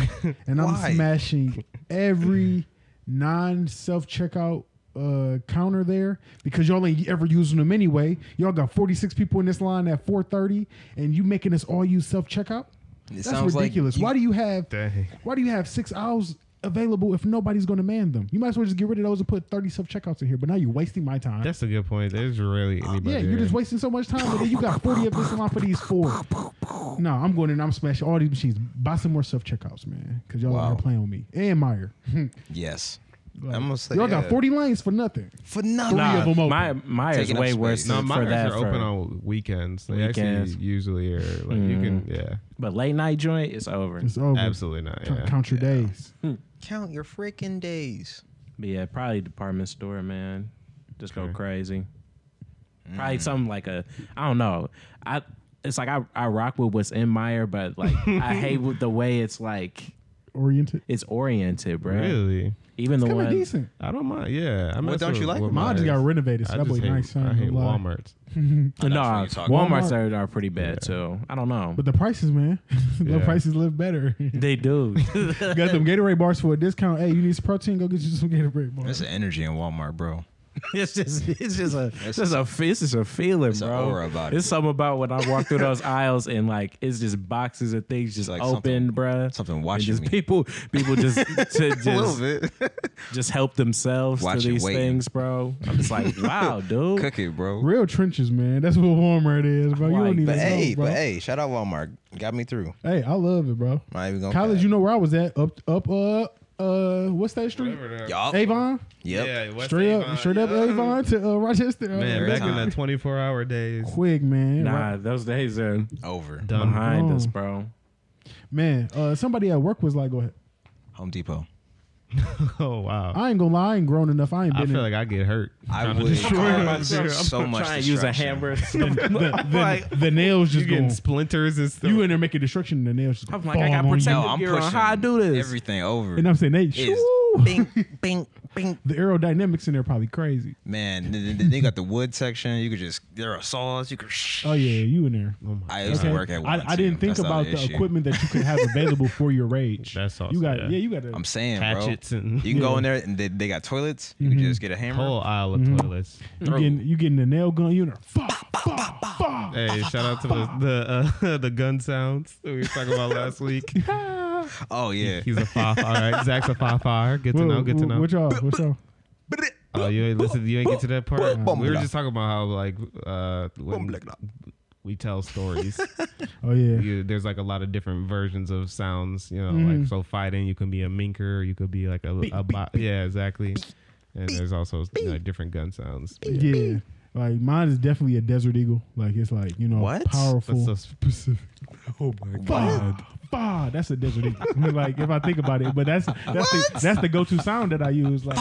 S1: and I'm
S4: Why?
S1: smashing every non self checkout uh, counter there because y'all ain't ever using them anyway. Y'all got 46 people in this line at 4:30, and you making us all use self checkout. That's
S5: sounds like
S1: ridiculous.
S5: you-
S1: why do you have
S3: Dang.
S1: why do you have six aisles available if nobody's going to man them? You might as well just get rid of those and put 30 self checkouts in here. But now you're wasting my time.
S3: That's a good point. There's really anybody.
S1: yeah, you're
S3: there.
S1: just wasting so much time. But then you got 40 of this line for these four. No, I'm going in. I'm smashing all these machines. Buy some more self checkouts, man, because y'all
S5: Wow.
S1: are playing with me and Meyer.
S5: Yes.
S1: Like,
S5: I'm gonna say
S1: y'all
S5: yeah.
S1: got 40 lanes for nothing.
S5: for nothing.
S1: Three of them open.
S2: Oh, my Myers
S5: Taking up
S2: way
S5: space.
S2: worse
S3: No,
S2: for
S3: my
S2: that.
S3: are open
S2: for-
S3: on weekends. They
S2: Weekends.
S3: actually usually are like you can
S1: Mm.
S3: yeah.
S2: but late night joint, it's over.
S1: It's over.
S3: Absolutely not.
S1: Count-
S3: Yeah.
S1: Count your days.
S5: Count your freaking days.
S2: But yeah, probably department store, man. Just go
S3: Okay.
S2: crazy. Probably something like a I don't know. I it's like I, I rock with what's in Meyer, but like I hate with the way it's like
S1: Oriented.
S2: it's oriented, bro.
S3: Really?
S2: Even the
S1: Kind of
S2: one
S1: decent.
S3: I don't mind. Yeah. I mess
S5: don't
S3: with-
S5: you like
S3: with
S1: Mine just got
S3: Myers.
S1: renovated, so
S3: I
S1: that boy
S3: just hate,
S1: nice. son,
S3: I
S1: no
S3: hate
S1: lie.
S3: Walmart's.
S2: no
S5: what you're talking
S2: Walmart's
S1: about.
S2: are, are pretty bad too. I don't know.
S1: But the prices, man, (laughs) the
S3: Yeah.
S1: prices live better. (laughs)
S2: they do.
S1: got them Gatorade bars for a discount. Hey, you need some protein? Go get you some Gatorade bars.
S5: That's the energy in Walmart, bro.
S2: (laughs) it's just it's just a it's just a it's just a feeling,
S5: an
S2: bro.
S5: aura about it.
S2: It's something about when I walk through those aisles and like it's just boxes of things just
S5: like
S2: open, bruh.
S5: Something
S2: And
S5: watching
S2: just
S5: me.
S2: people
S5: (laughs)
S2: people just to
S5: A little
S2: just
S5: bit.
S2: (laughs)
S5: (laughs)
S2: just help themselves
S5: Watch
S2: to
S5: it
S2: these
S5: waiting.
S2: things, bro. I'm
S5: (laughs)
S2: just like, wow, dude.
S5: Cook it, bro.
S1: Real trenches, man. That's what Walmart is, bro. you
S2: Like,
S1: don't need
S5: But
S1: to
S5: hey,
S1: know, bro.
S5: but
S1: hey.
S5: hey, shout out Walmart. Got me through.
S1: I love it, bro.
S5: I'm not even gonna
S1: College,
S5: cap.
S1: you know where I was at? Up, up, uh, uh, what's that street?
S5: Yup.
S1: Avon.
S5: Yep.
S3: West
S1: Straight
S3: Avon,
S1: up, straight up
S3: yeah.
S1: Avon to uh, Rochester.
S3: Man,
S5: Every
S3: back in
S5: time.
S3: the 24 hour days.
S1: quick, man. Right-
S2: Nah, those days are
S5: Over.
S3: Done.
S2: behind
S1: Oh.
S2: us, bro.
S1: man. Uh, somebody at work was like, "Go ahead."
S5: Home Depot.
S3: (laughs) Oh wow.
S1: I ain't gonna lie, I ain't grown enough. I ain't
S3: I,
S1: been
S3: feel
S1: in
S3: like I get hurt.
S5: I
S3: Trying to
S1: (laughs)
S5: would.
S3: destroy
S5: I would
S3: myself.
S5: so much
S2: Trying to use a
S5: distraction. (laughs)
S2: hammer.
S1: the, the, the nails
S3: You
S1: just
S3: getting
S1: going.
S3: splinters and stuff.
S1: you in there making destruction, and the nails just.
S2: I'm
S1: gonna
S2: like, I
S1: fall
S2: got
S1: on you.
S5: No, I'm
S2: protected. You're on
S5: pushing
S2: how I do this.
S5: everything over.
S1: And I'm saying, they
S5: Is
S1: shoo.
S5: bing,
S1: (laughs)
S5: bing, bing.
S1: the aerodynamics in there probably crazy.
S5: Man, then- then they got the wood section. You could just there are saws. You could.
S1: Oh yeah, you in there.
S3: Oh,
S5: I used
S1: Okay.
S5: to work at.
S1: I,
S5: one,
S1: I didn't
S5: too.
S1: think
S5: That's
S1: about
S5: other
S1: the
S5: issue.
S1: equipment that you could have available for your rage.
S3: That's awesome,
S1: You got
S3: yeah.
S1: yeah, you got to.
S5: I'm saying,
S3: hatchets
S5: bro.
S3: and
S5: You can go in there and they, they got toilets. You
S1: Mm-hmm.
S5: can just get a hammer.
S3: whole aisle of toilets.
S1: you getting you getting the nail gun. You in there. Fa, fa, fa.
S3: Hey, shout out to the the, uh, (laughs) the gun sounds that we were talking about last week.
S5: Oh yeah.
S3: He's a five. All right, Zach's a five fire. Good to
S1: Whoa,
S3: know. Good to
S1: wh-
S3: know.
S1: What y'all? What y'all?
S3: Oh, you ain't listen. You ain't get to that part.
S5: Boom,
S3: we were
S5: blah.
S3: just talking about how like uh, when
S5: blah, blah.
S3: we tell stories.
S1: Oh yeah.
S3: you, there's like a lot of different versions of sounds. You know,
S1: Mm-hmm.
S3: like so fighting, you can be a minker, you could be like a, a bo- yeah, exactly. And there's also you know, different gun sounds. But yeah.
S1: Yeah. Like mine is definitely a desert eagle. Like it's like you know
S5: What?
S1: powerful.
S3: That's so specific. (laughs)
S1: Oh my god. Bah, that's a desert eagle. like if I think about it, but that's that's the, that's the go-to sound that I use. Like,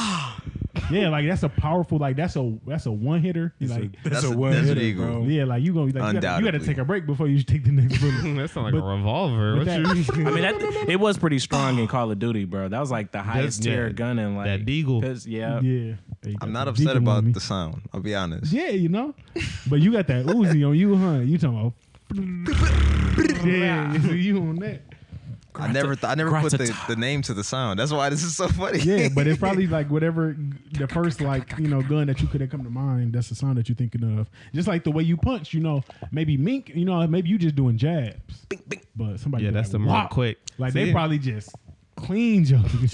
S1: yeah, like that's a powerful. Like that's a that's a one hitter. Like
S5: That's a
S2: one-hitter,
S5: desert eagle.
S2: bro.
S1: yeah, like you gonna like you gotta, you gotta
S5: Undoubtedly.
S1: take a break before you (laughs) take the next bullet.
S3: that sounds like
S1: But-
S3: a revolver. What
S1: but
S3: you,
S1: that-
S2: I mean, that, it was pretty strong in Call of Duty, bro. That was like the highest
S3: yeah,
S2: tier gun in like
S3: that deagle.
S2: Cause, yeah,
S1: yeah,
S5: I'm not upset about the sound. I'll be honest.
S1: Yeah, you know, but you got that Uzi on you, huh? You talking about?
S2: (laughs)
S1: yeah, you on that?
S5: I never, th- I never put the,
S2: Gratata.
S5: the name to the sound. That's why this is so funny.
S1: Yeah,
S5: (laughs)
S1: but it's probably like whatever the first like you know gun that you could have come to mind. That's the sound that you're thinking of. Just like the way you punch, you know, maybe mink, you know, maybe you just doing jabs. But somebody
S3: yeah,
S1: be
S3: that's
S1: like,
S3: the more
S1: "Wop."
S3: quick.
S1: Like
S3: See?
S1: they probably just cleaned (laughs) you.
S2: But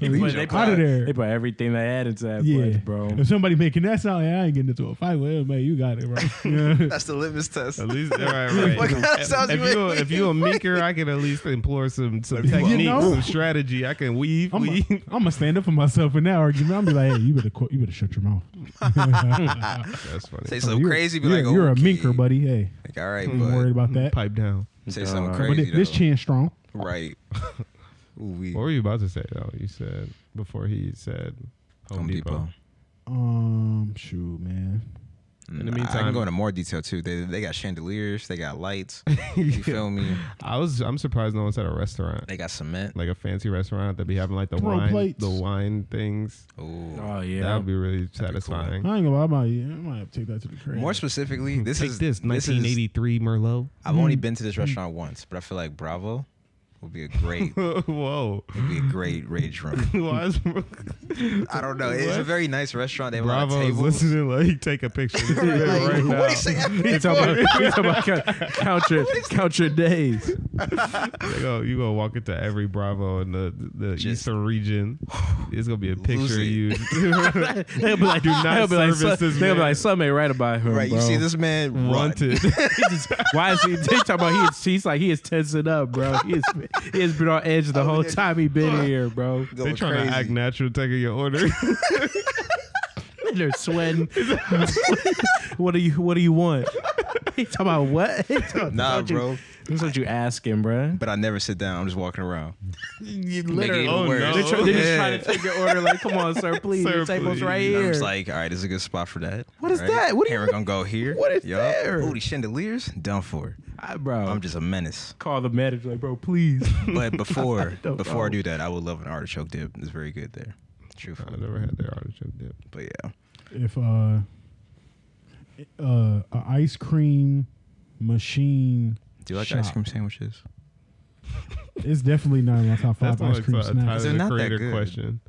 S2: they
S5: Joke.
S2: put,
S1: out of there.
S2: they put everything they had into that
S1: yeah,
S2: place, bro.
S1: If somebody making that sound, yeah, I ain't getting into a fight with him, man. You got it, (laughs) bro. Yeah.
S5: That's the litmus test.
S3: At least, all right, right.
S5: What kind of
S3: If-
S5: sounds
S3: if,
S5: you
S3: you
S5: make?
S3: if you a minker, I can at least implore some some
S5: You
S3: technique,
S1: know?
S3: some strategy. I can weave,
S1: I'm
S3: weave.
S1: (laughs) gonna stand up for myself in that argument. I'm be like, hey, you better qu- you better shut your
S5: (laughs)
S1: mouth.
S3: That's funny.
S5: Say something
S1: You're-
S5: crazy. Be
S1: you're,
S5: like,
S1: you're a
S5: okay.
S1: minker, buddy. Hey,
S5: Like, all right,
S1: don't worry
S5: bud.
S1: about that.
S3: Pipe down.
S5: Say something
S1: But
S5: crazy.
S1: thi- this
S5: though.
S1: chin strong.
S5: right.
S1: (laughs)
S5: Ooh, we
S3: What were you about to say though? You said before he said Home,
S5: Home
S3: Depot.
S5: Depot.
S1: Um, shoot, man.
S3: In the
S5: Nah,
S3: meantime-
S5: I can go into more detail too. They, they got chandeliers. They got
S1: (laughs)
S5: lights. You feel me?
S3: I was I'm surprised no one's at a restaurant.
S5: They got cement.
S3: Like a fancy restaurant that be having like the
S1: Throw
S3: wine
S1: plates.
S3: the wine things.
S5: Ooh.
S2: Oh
S3: That
S2: yeah,
S3: would be really satisfying.
S1: I ain't gonna lie, I might, I might have to take that to the crib.
S5: More specifically, this
S3: Take
S5: is
S3: this
S5: is-
S3: 1983 Merlot.
S1: (laughs)
S3: (laughs)
S1: Mm.
S5: I've only been to this restaurant once, but I feel like Bravo would be a great
S3: Whoa.
S5: would be a great rage room.
S3: Why is
S5: I don't know. It's a
S3: What?
S5: very nice restaurant. They have a
S3: Bravo
S5: lot of
S3: is
S5: tables.
S3: listening? Like, take
S5: (laughs)
S3: a picture. This
S5: Right,
S3: nigga
S5: like,
S3: right now.
S5: what is he-
S2: (laughs) We talking about, we talking about count, count, your, count your days.
S3: They go, you gonna walk into every Bravo in the the
S5: Just-
S3: eastern region. It's gonna be a
S5: Lose
S3: picture of
S5: it. (laughs)
S3: you. (laughs)
S2: (laughs) They'll be like,
S3: Do not
S2: they'll be like,
S3: service
S2: some-
S3: this
S2: they'll be
S3: man.
S2: like, something ain't right about him.
S5: Right,
S2: bro.
S5: you see this man run.
S3: (laughs) Wanted.
S2: (laughs) He just- why is he? They talking about he is, he's like he is tensing up, bro. He is he has been on edge the whole time he been here, bro.
S3: They
S5: going
S3: trying
S5: crazy.
S3: to act natural, taking your order.
S2: (laughs)
S5: (laughs)
S2: They're sweating. (laughs) what do you What do you want? He talking about what? (laughs) He talking about-
S5: Nah,
S2: that's what you-
S5: bro.
S2: That's what you asking, bro.
S5: But I never sit down. I'm just walking around.
S2: You
S5: literally-
S3: oh
S5: worse.
S3: no!
S2: They, try, they just
S5: Yeah.
S2: trying to take your order. Like, come on, sir, please.
S3: Sir,
S2: the table's
S3: please.
S2: right
S5: And I'm
S2: here.
S5: just like, all right, this is a good spot for that.
S2: What is
S5: All
S2: that? What do
S5: Here
S2: you-
S5: we're gonna go here.
S2: What is
S5: Yup.
S2: there?
S5: Ooh, these chandeliers, done for.
S2: I, bro,
S5: I'm just a menace.
S2: call the manager, like, bro, please.
S5: But before
S2: don't
S5: before I
S2: know.
S5: do that, I would love an artichoke dip. It's very good there.
S3: I
S5: Truthfully,
S3: never had their artichoke dip.
S5: but yeah,
S1: if uh, uh, a ice cream machine.
S5: do you like
S1: shop.
S5: ice cream sandwiches?
S1: It's definitely not in my top five
S3: (laughs) That's not
S1: ice
S3: like
S1: cream
S3: a
S1: snacks.
S3: Tyler
S5: They're
S3: the
S5: not that
S3: Creator
S5: good.
S3: question.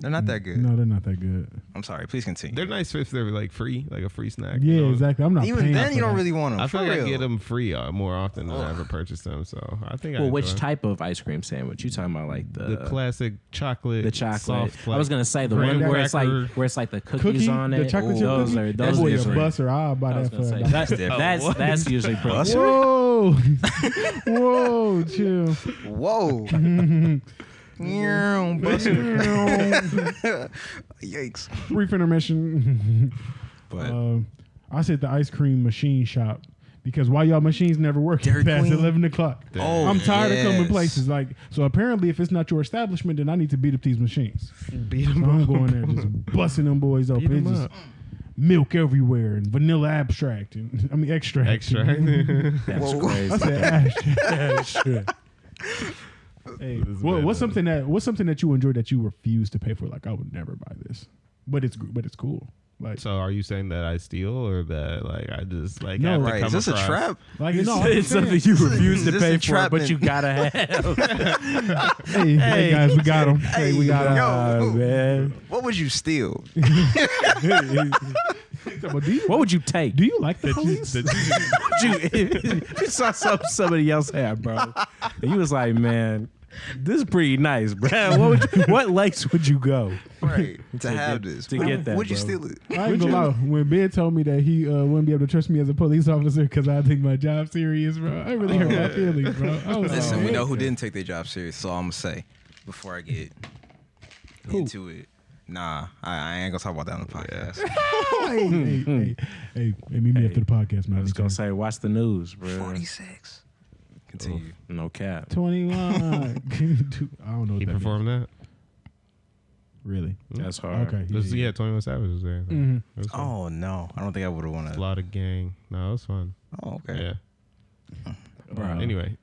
S5: They're not that good.
S1: No, they're not that good.
S5: I'm sorry. Please continue.
S3: They're nice if they're like free, like a free snack.
S1: Yeah,
S3: you know?
S1: exactly. I'm not
S5: Even
S1: paying
S5: then,
S1: for
S5: you don't
S1: that.
S5: really want them.
S3: I
S5: for
S3: feel like
S5: real.
S3: I get them free uh, more often than I ever purchase them. So I think.
S2: (laughs)
S3: I
S2: well, which
S3: enjoy
S2: type of ice cream sandwich? You talking about like the
S3: The
S5: uh,
S3: classic chocolate.
S2: the chocolate.
S3: Soft,
S2: I was
S3: (laughs)
S2: gonna say the
S3: graham
S2: one where it's like
S3: cracker.
S2: where it's like the cookies
S1: Cookie,
S2: on
S1: the
S2: it.
S1: chocolate chip
S2: those
S1: cookie.
S2: are
S1: that
S2: those
S1: boy
S2: are
S1: a
S5: different.
S1: buster. I'll buy
S2: I was
S1: that for a
S2: gonna say
S1: dollar.
S2: that's
S5: different.
S2: that's,
S3: What?
S2: that's usually pretty.
S1: (laughs)
S5: Buster?
S1: Whoa, whoa, chill.
S5: Whoa. (laughs) Meow, Buster. Yikes.
S1: Brief
S3: (laughs)
S1: intermission.
S5: But
S1: um, I said the ice cream machine shop because why y'all machines never work
S5: Dairy
S1: past
S5: Queen?
S1: eleven o'clock.
S5: Oh,
S1: I'm tired of coming
S5: yes.
S1: places like so. Apparently, if it's not your establishment, then I need to beat up these machines.
S3: beat
S1: So
S3: 'em
S1: I'm
S3: up.
S1: going there just busting them boys open.
S3: Beat 'em
S1: It's just
S3: up.
S1: milk everywhere and vanilla abstract and (laughs) I mean extract.
S5: (laughs)
S3: Extract.
S5: Mm-hmm.
S2: That's
S5: Whoa.
S1: I
S2: crazy.
S1: said abstract. (laughs) abstract. Hey,
S3: This
S1: what,
S3: man
S1: what's
S3: is-
S1: something that what's something that you enjoy that you refuse to pay for? Like I would never buy this, but it's but it's cool. Like
S3: So are you saying that I steal or that like I just like
S1: No,
S3: have to
S5: right.
S3: come
S5: Is this a
S3: across-
S5: trap?
S1: like
S2: It's,
S1: no, I'm just
S2: it's
S1: saying.
S2: something you refuse to
S5: This
S2: pay
S5: is
S2: for, but
S5: entrapment.
S2: you gotta
S5: (laughs)
S2: have.
S1: Hey, hey,
S2: Hey.
S1: guys, we got him. Hey, we uh, got him.
S5: Yo.
S2: man.
S5: What would you (laughs) steal?
S1: But do you
S2: What would you take?
S1: do you like the
S3: Did you,
S1: police?
S3: did you-
S2: Dude,
S1: (laughs)
S2: you (laughs) saw something somebody else had, bro. And you was like, man, this is pretty nice, bro. (laughs) What would you, what lengths would you go?
S5: Right. to,
S2: get-
S5: have this.
S2: to
S5: Would-
S2: get that,
S5: Would you
S2: bro.
S5: steal it?
S1: I ain't gonna lie. When Ben told me that he uh, wouldn't be able to trust me as a police officer because I take my job serious, bro, I really hurt my feelings, bro. I was
S5: Listen,
S1: like,
S5: we know who
S1: "What?"
S5: didn't take their job serious, so I'm gonna say before I get into it. Nah, I, I ain't gonna talk about that on the podcast. (laughs)
S1: Hey, hey, hey, hey, hey, meet me after the podcast, man.
S2: I was gonna say, watch the news, bro.
S5: Forty six. Continue.
S2: No cap.
S1: twenty-one. (laughs) Dude, I don't know. What
S3: he
S1: that is.
S3: performed that.
S1: really?
S2: That's hard.
S1: Hmm? Okay.
S3: This- yeah, Twenty One Savage was there.
S2: Mm-hmm.
S1: Mhm.
S3: It was fun.
S5: Oh no, I don't think I would have wanted.
S3: a lot of gang. No, it was fun.
S5: Oh okay.
S3: Yeah.
S2: Bro.
S3: Anyway,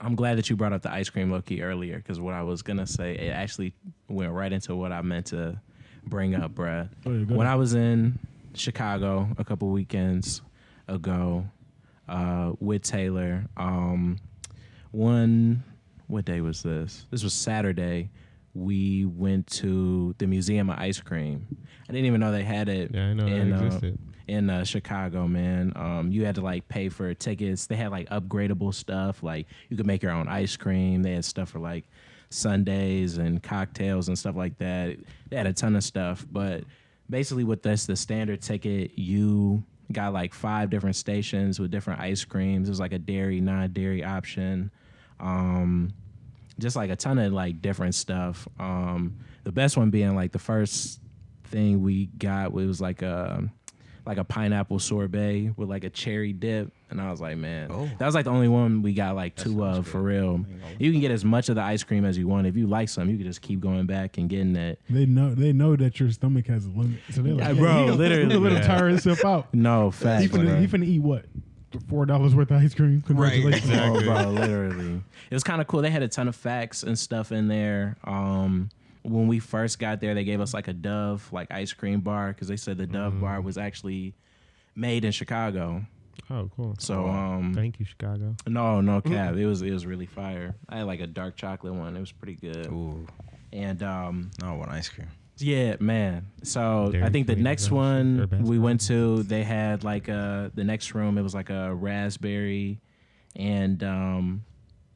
S2: I'm glad that you brought up the ice cream Loki earlier because what I was gonna say it actually went right into what I meant to bring up, bruh.
S1: Oh, yeah, go
S2: when
S1: ahead.
S2: I was in Chicago a couple weekends ago uh, with Taylor, um, one what day was this? This was Saturday. We went to the Museum of Ice Cream. I didn't even know they had it
S3: yeah, I know
S2: in,
S3: that
S2: uh,
S3: existed.
S2: in uh, Chicago, man. Um, you had to like pay for tickets. They had like upgradable stuff, like you could make your own ice cream. They had stuff for like Sundays and cocktails and stuff like that. They had a ton of stuff, but basically with this, the standard ticket, you got like five different stations with different ice creams. It was like a dairy, non-dairy option. Um, just like a ton of like different stuff. Um, the best one being like the first thing we got was like a like a pineapple sorbet with like a cherry dip, and I was like, man, that was like the only one we got like two of for real. You can get as much of the ice cream as you want. If you like some, you can just keep going back and getting it.
S1: They know. They know that your stomach has a limit, so they're like,
S2: Yeah,
S1: (laughs) "Hey,
S2: bro,
S1: he gonna- he
S2: literally,
S1: gonna let him
S3: yeah.
S1: tire himself out."
S2: No
S1: He
S2: facts,
S1: finna,
S2: bro.
S1: he finna eat what? Four dollars worth of ice cream. Congratulations.
S2: Oh, bro, literally. (laughs) It was kind of cool. They had a ton of facts and stuff in there. Um, when we first got there, they gave us like a
S3: Mm-hmm.
S2: Dove like ice cream bar because they said the Dove bar was actually made in Chicago.
S3: Oh, cool.
S2: So um,
S3: Thank you, Mm-hmm. Chicago.
S2: No, no cap. It was it was really fire. I had like a dark chocolate one. It was pretty good.
S5: Ooh,
S2: And um,
S5: no, I want ice cream.
S2: yeah, man. So
S3: Dairy
S2: I think the
S3: Queen
S2: next
S3: is our- our
S2: one
S3: best
S2: we went to, they had like uh the next room. It was like a raspberry, and um,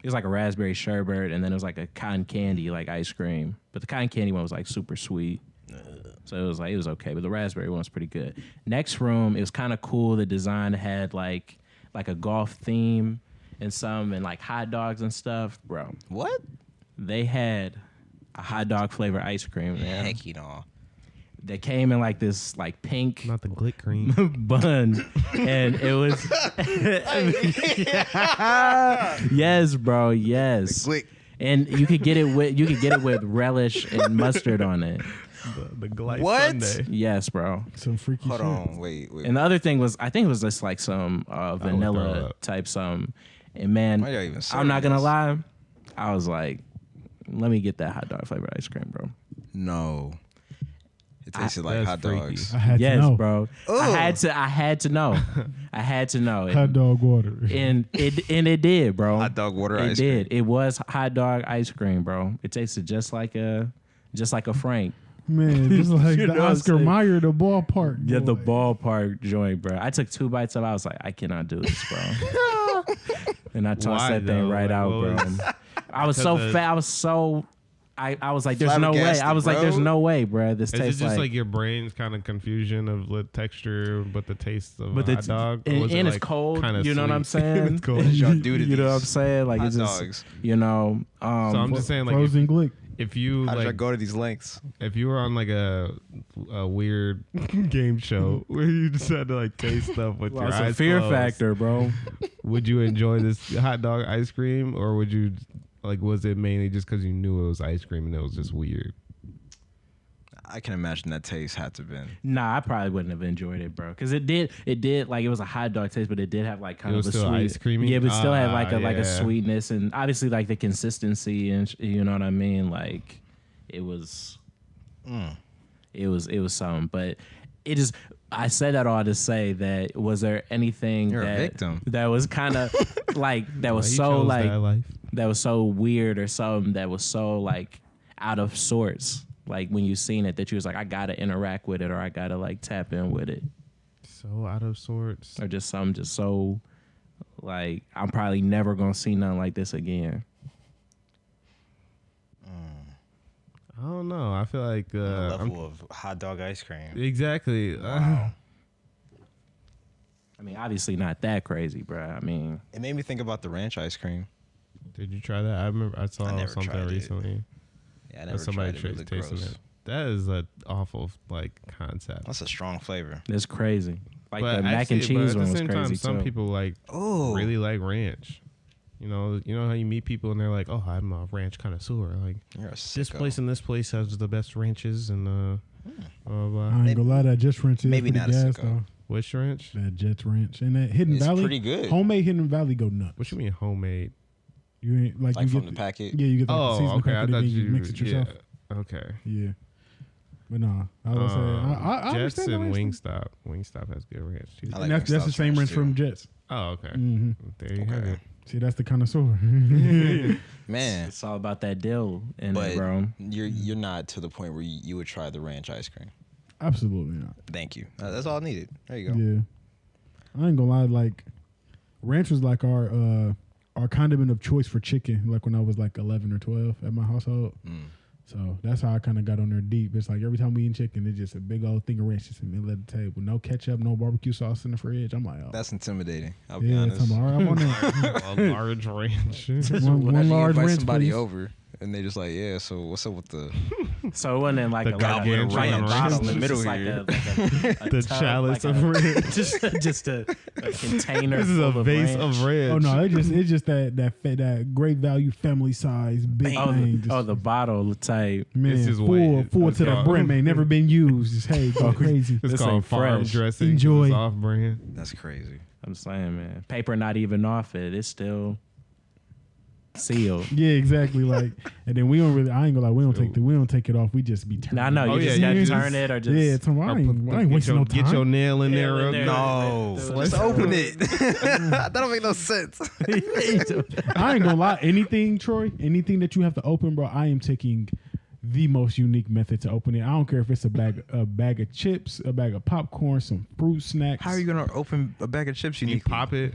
S2: it was like a raspberry sherbet, and then it was like a cotton candy like ice cream. But the cotton candy one was like super sweet. So it was like it was okay, but the raspberry one was pretty good. Next room, it was kind of cool. The design had like like a golf theme and some and like hot dogs and stuff, bro.
S5: What?
S2: They had a hot dog flavored ice cream there.
S5: Heck, you know.
S2: They came in like this like pink
S3: Not the glick cream.
S2: (laughs) bun, and it was (laughs) yes, bro, yes.
S5: Glick.
S2: And you could get it with you could get it with relish and mustard on it.
S3: the the glick
S5: What?
S3: Sunday.
S2: Yes, bro.
S1: Some freaky
S5: Hold
S1: shit.
S5: (laughs) on, wait, wait.
S2: And the other thing was, I think it was just like some uh,
S3: throw it
S2: vanilla
S3: up.
S2: type some. And man,
S5: Why y'all even
S2: I'm
S5: serving
S2: not gonna
S5: this?
S2: lie, I was like, let me get that hot dog flavored ice cream, bro.
S5: No, it tasted like
S3: That's
S5: hot
S3: freaky.
S5: dogs.
S1: I had to
S2: yes,
S1: know.
S2: bro. I had to, I had
S1: (laughs)
S2: to know, I had to know,
S1: Hot
S2: and,
S1: dog water.
S2: and it and it did, bro.
S5: Hot dog water
S2: It
S5: ice
S2: did. It was hot dog ice cream, bro. It tasted just like a, just like a Frank. (laughs)
S1: Man, this is like
S2: You know
S1: the
S2: what I'm
S1: Oscar
S2: saying?
S1: Mayer, the ballpark.
S2: Yeah, the
S1: boy.
S2: ballpark joint, bro. I took two bites of. it. I was like, I cannot do this, bro. (laughs) and I tossed
S3: Why,
S2: that thing
S3: though?
S2: right
S3: Like,
S2: out,
S3: what
S2: bro.
S3: was-
S2: I
S3: (laughs)
S2: was so
S3: the-
S2: fat. I was so. I, I was like, there's no way. I
S5: Flabbergasted,
S2: was like,
S5: bro.
S2: there's no way, bro. This
S3: Is it
S2: tastes
S3: just like, your brain's kind of confusion of the texture, but the taste of
S2: but
S3: a
S2: it's
S3: hot dog? or
S2: and,
S3: was it,
S2: and it's
S3: like,
S2: cold.
S3: kinda
S2: You know what I'm
S3: sweet?
S2: saying?
S3: (laughs) It's
S2: (laughs)
S3: cold.
S5: What did y'all do to
S2: you know what I'm
S5: these
S2: saying? Like
S5: hot
S2: it's just,
S5: dogs?
S2: you know. Um,
S3: So I'm just saying, like, if,
S1: Frozen glick.
S3: if you
S5: How did I
S3: like,
S5: go to these lengths?
S3: if you were on like a a weird (laughs) game show where you decided to like taste stuff with
S2: well,
S3: your
S2: it's a
S3: eyes
S2: fear
S3: closed,
S2: factor,
S3: (laughs)
S2: bro.
S3: would you enjoy this hot dog ice cream, or would you like? Was it mainly just because you knew it was ice cream and it was just weird?
S5: I can imagine that taste had to been.
S2: Nah, I probably wouldn't have enjoyed it, bro. Because it did, it did like it was a hot dog taste, but it did have like kind
S3: It
S2: of
S3: was
S2: a
S3: still
S2: sweet,
S3: ice creamy?
S2: Yeah, but still had
S3: Ah,
S2: like a like a
S3: yeah.
S2: sweetness and obviously like the consistency and sh- you know what I mean. Like it was,
S3: Mm.
S2: it was it was something. But it is. I said that all to say that was there anything
S5: You're a
S2: that
S5: victim.
S2: that was kind
S3: (laughs)
S2: of like that was
S3: He
S2: so
S3: chose
S2: like
S3: that life.
S2: that was so weird or something that was so like out of sorts like when you seen it that you was like i gotta interact with it or i gotta like tap in with it
S3: so out of sorts.
S2: or just something just so like i'm probably never gonna see nothing like this again
S3: I don't know. I feel like uh, I'm
S5: level of hot dog ice cream.
S3: Exactly. (sighs) Uh,
S2: i mean obviously not that crazy bro i mean
S5: It made me think about the ranch ice cream.
S3: Did you try that? I remember I saw
S5: never
S3: something
S5: tried it.
S3: recently.
S5: Yeah, I
S3: that
S5: never
S3: somebody
S5: tried it. It
S3: tried
S5: looked
S3: tasting
S5: gross.
S3: it. That is an awful like concept.
S5: That's a strong flavor.
S2: it's crazy like
S3: but
S2: the mac and
S3: actually- but
S2: cheese
S3: at
S2: one
S3: the
S2: was
S3: same
S2: crazy
S3: time, some
S2: too.
S3: people like
S5: Oh,
S3: really like ranch. You know, you know how you meet people and they're like, "Oh, I'm a ranch connoisseur." Like
S5: You're a
S3: this
S5: sicko.
S3: place and this place has the best ranches and uh,
S2: Hmm.
S3: blah, blah.
S1: I ain't gonna lie, that Jets ranch is
S5: maybe
S1: pretty
S5: not a
S1: gas,
S5: sicko.
S1: though.
S3: Which ranch?
S1: That Jets ranch and that Hidden
S5: It's
S1: Valley.
S5: pretty good.
S1: Homemade Hidden Valley go nuts.
S3: What you mean homemade?
S1: You ain't like,
S5: like
S1: you
S5: from
S1: get
S5: the packet.
S1: Yeah, you get like, the
S3: Oh,
S1: seasoning
S3: okay. I
S1: packet and
S3: thought
S1: then you,
S3: you.
S1: mix it
S3: yeah.
S1: yourself.
S3: Okay.
S1: Yeah. But nah, I was
S3: Um,
S1: saying, I, I, I
S3: Jets
S1: understand the
S3: and
S1: ranch thing.
S3: Wingstop. Wingstop has good ranch too.
S1: And
S5: I like
S1: that's, that's the
S5: Wingstop's
S1: same
S5: ranch,
S1: ranch from Jets.
S3: Oh, okay.
S1: hmm
S3: There you have
S5: Okay.
S3: it.
S1: See, that's the connoisseur.
S3: (laughs)
S5: Man,
S2: it's all about that deal and
S5: but
S2: bro
S5: you're you're not to the point where you, you would try the ranch ice cream.
S1: (laughs) Absolutely not.
S5: Thank you. Uh, that's all I needed. There you go.
S1: Yeah. I ain't gonna lie, like ranch was like our uh our condiment of choice for chicken, like when I was like eleven or twelve at my household.
S5: Mm.
S1: So that's how I kind of got on there deep. It's like every time we eat chicken, it's just a big old thing of ranch just in the middle of the table. No ketchup, no barbecue sauce in the fridge. I'm like, oh,
S5: That's intimidating. I'll be
S1: yeah, it's-
S5: honest.
S1: I'm like, all right, I want
S3: (laughs)
S1: that.
S2: (laughs)
S3: a large ranch.
S1: one,
S5: Imagine
S1: one
S5: you
S1: large
S5: invite
S1: ranch,
S5: somebody
S1: please.
S5: over and they just like, yeah. So what's up with (sighs) the?
S2: so it wasn't in like
S3: The
S2: a like a,
S3: goblin
S2: like a
S3: ranch
S2: bottle,
S3: in the
S2: it was
S5: middle
S2: just like
S5: here.
S2: a, like a, a
S3: (laughs) The
S2: tub,
S3: chalice
S2: like
S3: of
S2: a,
S3: ranch.
S2: (laughs) just just a, (laughs) a container
S3: (laughs) This is a
S2: full
S3: vase
S2: of ranch.
S3: of ranch.
S1: Oh no, it's just it's just that that fa- that great value family size big
S2: Oh,
S1: thing.
S2: the,
S1: just-
S2: oh, the bottle type.
S1: man,
S3: This is
S1: full
S3: weighted.
S1: full
S3: That's
S1: to the
S3: called-
S1: brim, ain't never been used. Just, hey, go crazy.
S3: It's
S2: This
S3: called
S2: ain't
S3: farm
S2: fresh.
S3: dressing.
S1: Enjoy.
S3: It's off brand.
S5: That's crazy.
S2: I'm saying, man, paper not even off it. It's still sealed.
S1: Yeah, exactly. Like, and then we don't really. I ain't gonna like. We don't take the. We don't take it off. We just be turning.
S2: No, no,
S3: Oh,
S2: you
S3: yeah,
S2: just
S3: you
S2: gotta
S3: just-
S2: turn it or just
S1: yeah, tomorrow. I
S3: Or put
S1: ain't,
S3: the-
S1: I ain't
S3: get
S1: wasting
S3: your,
S1: no time.
S3: (laughs) Get your nail in
S2: Nail
S3: there.
S2: in there.
S3: No.
S5: No,
S2: Let's
S5: let's
S2: go.
S5: open it. (laughs) that don't make no sense.
S2: (laughs)
S1: I ain't gonna lie. Anything, Troy, anything that you have to open, bro, I am taking the most unique method to open it. I don't care if it's a bag, a bag of chips, a bag of popcorn, some fruit snacks.
S5: How are you gonna open a bag of chips? You
S3: You
S5: need
S3: pop it.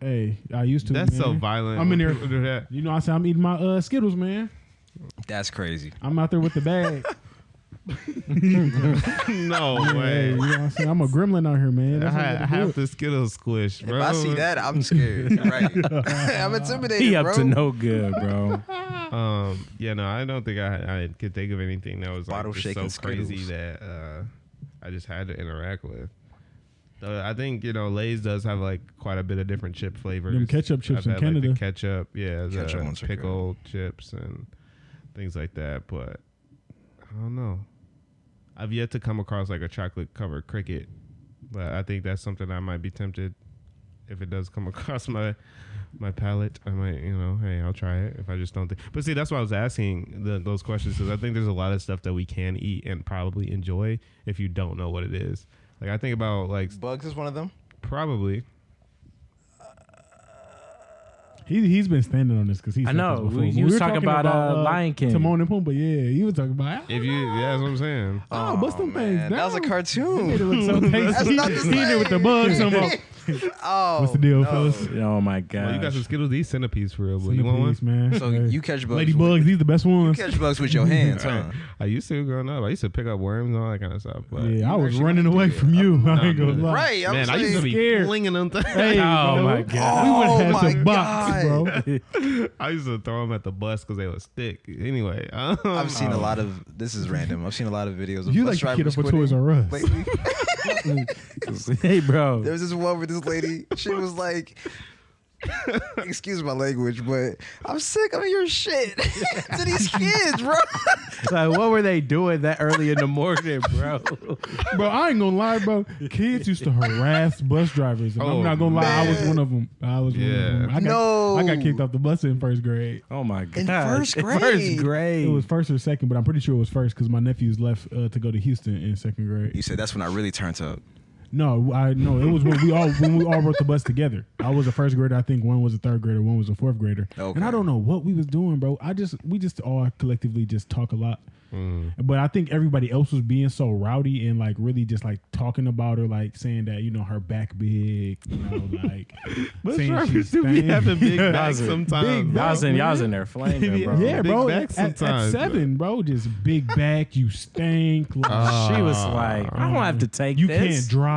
S1: Hey, I used to.
S3: That's so
S1: man.
S3: violent.
S1: I'm in
S3: when
S1: there.
S3: people do that.
S1: You know, I said I'm eating my uh, Skittles, man.
S5: That's crazy.
S1: I'm out there with the bag.
S5: (laughs)
S3: No
S1: hey, you
S3: way.
S1: know what I'm saying? I'm a gremlin out here, man.
S3: I
S1: That's what I'm gonna
S3: had
S1: do.
S3: half the Skittles squish, bro.
S5: If I see that, I'm scared. You're right. (laughs) I'm intimidated,
S2: he up
S5: bro.
S2: to no good, bro.
S3: Um, yeah, no, I don't think I I could think of anything that was
S5: Bottle
S3: like, just so
S5: shaking
S3: crazy
S5: Skittles.
S3: that uh, I just had to interact with. So I think you know Lay's does have like quite a bit of different chip flavors.
S1: Them ketchup chips in
S3: I've had, like, the
S1: Canada.
S3: ketchup, yeah, the
S5: Ketchup ones are good.
S3: pickle chips and things like that. But I don't know. I've yet to come across like a chocolate covered cricket, but I think that's something I might be tempted if it does come (laughs) across my my palate, I might, you know, hey, I'll try it if I just don't think. But see, that's why I was asking the, those questions because I think there's a lot of stuff that we can eat and probably enjoy if you don't know what it is. Like I think about like
S5: Bugs is one of them.
S3: probably
S1: He he's been standing on this because he's.
S2: I
S1: said this
S2: know. We-
S1: before. When
S2: you was talking about, uh, Lion King.
S1: Timon and Pumbaa. Yeah, you were talking about. "Ah,
S3: if you yeah, that's what I'm saying.
S1: Oh, what's them
S5: man,
S1: things?
S5: That was a
S1: Damn. (laughs) It
S5: (laughs) cartoon.
S1: looks so tasty.
S5: That's not
S1: (laughs)
S5: the
S1: he in there with the
S5: same.
S1: bugs. I'm like, (laughs)
S5: oh,
S1: What's the deal, fellas?
S2: Oh my god.
S3: Well, you got some Skittles, these centipedes for real, but you want
S1: Peace,
S3: one?
S1: man.
S5: So you catch bugs.
S1: Lady
S5: with-
S1: bugs, these the best
S5: You
S1: ones.
S5: (laughs) catch bugs with your hands, huh?
S3: (laughs) I used to growing up. I used to pick up worms and all that kind of stuff. But
S1: Yeah, I
S5: You
S1: was
S5: actually
S1: running
S5: might
S1: away
S5: do it.
S1: from you. (laughs) I ain't gonna
S3: no.
S1: lie.
S5: Right. I'm
S3: man, I
S5: saying,
S3: used to be
S1: scared.
S3: flinging them things. (laughs)
S1: Hey,
S2: Oh,
S1: bro.
S2: my God.
S1: We would
S5: Oh,
S1: have had
S5: my
S1: some box,
S5: God.
S1: bro.
S3: I used to throw them at the bus because they was thick. Anyway, (laughs) um,
S5: I've seen a lot of. This is random. I've seen a lot of videos of
S1: You
S5: bus
S1: like to
S5: drivers
S1: get up with
S5: quitting.
S1: Toys
S5: (laughs)
S1: R Us.
S5: Like, we-
S2: (laughs) hey, bro.
S5: There was this one with this lady. She was like, "Excuse my language, but I'm sick of your shit (laughs) to these kids, bro."
S2: like, what were they doing that early in the morning, bro? (laughs)
S1: bro, I ain't gonna lie, bro. Kids used to harass bus drivers. And
S3: Oh,
S1: I'm not gonna lie, I was
S5: man.
S1: one of them. I was one
S3: Yeah.
S1: of them. I got,
S5: No.
S1: I got kicked off the bus in first grade.
S2: oh my god.
S5: In first
S2: first
S5: grade.
S2: grade.
S1: It was first or second, but I'm pretty sure it was first because my nephews left uh, to go to Houston in second grade.
S5: You said that's when I really turned up.
S1: No, I no, it was when we all when we all rode the bus together. I was a first grader, I think one was a third grader, one was a fourth grader, and I
S5: Okay.
S1: don't know what we was doing, bro. I just we just all collectively just talk a lot, but I think everybody else was being so rowdy and like really just like talking about her, like saying that you know her back big, you know, like saying she's
S3: do be
S1: stingy.
S3: having
S1: (laughs)
S3: big bags
S2: Big
S3: sometimes.
S2: y'all was in,
S1: bro,
S2: y'all was in there flaming, bro.
S1: yeah,
S3: Big
S1: bro.
S3: back
S1: At, at- at
S3: sometimes, bro.
S1: seven, bro, just big back, you stink. Like,
S2: She was like, I don't have to take
S1: you
S2: this.
S1: can't drive.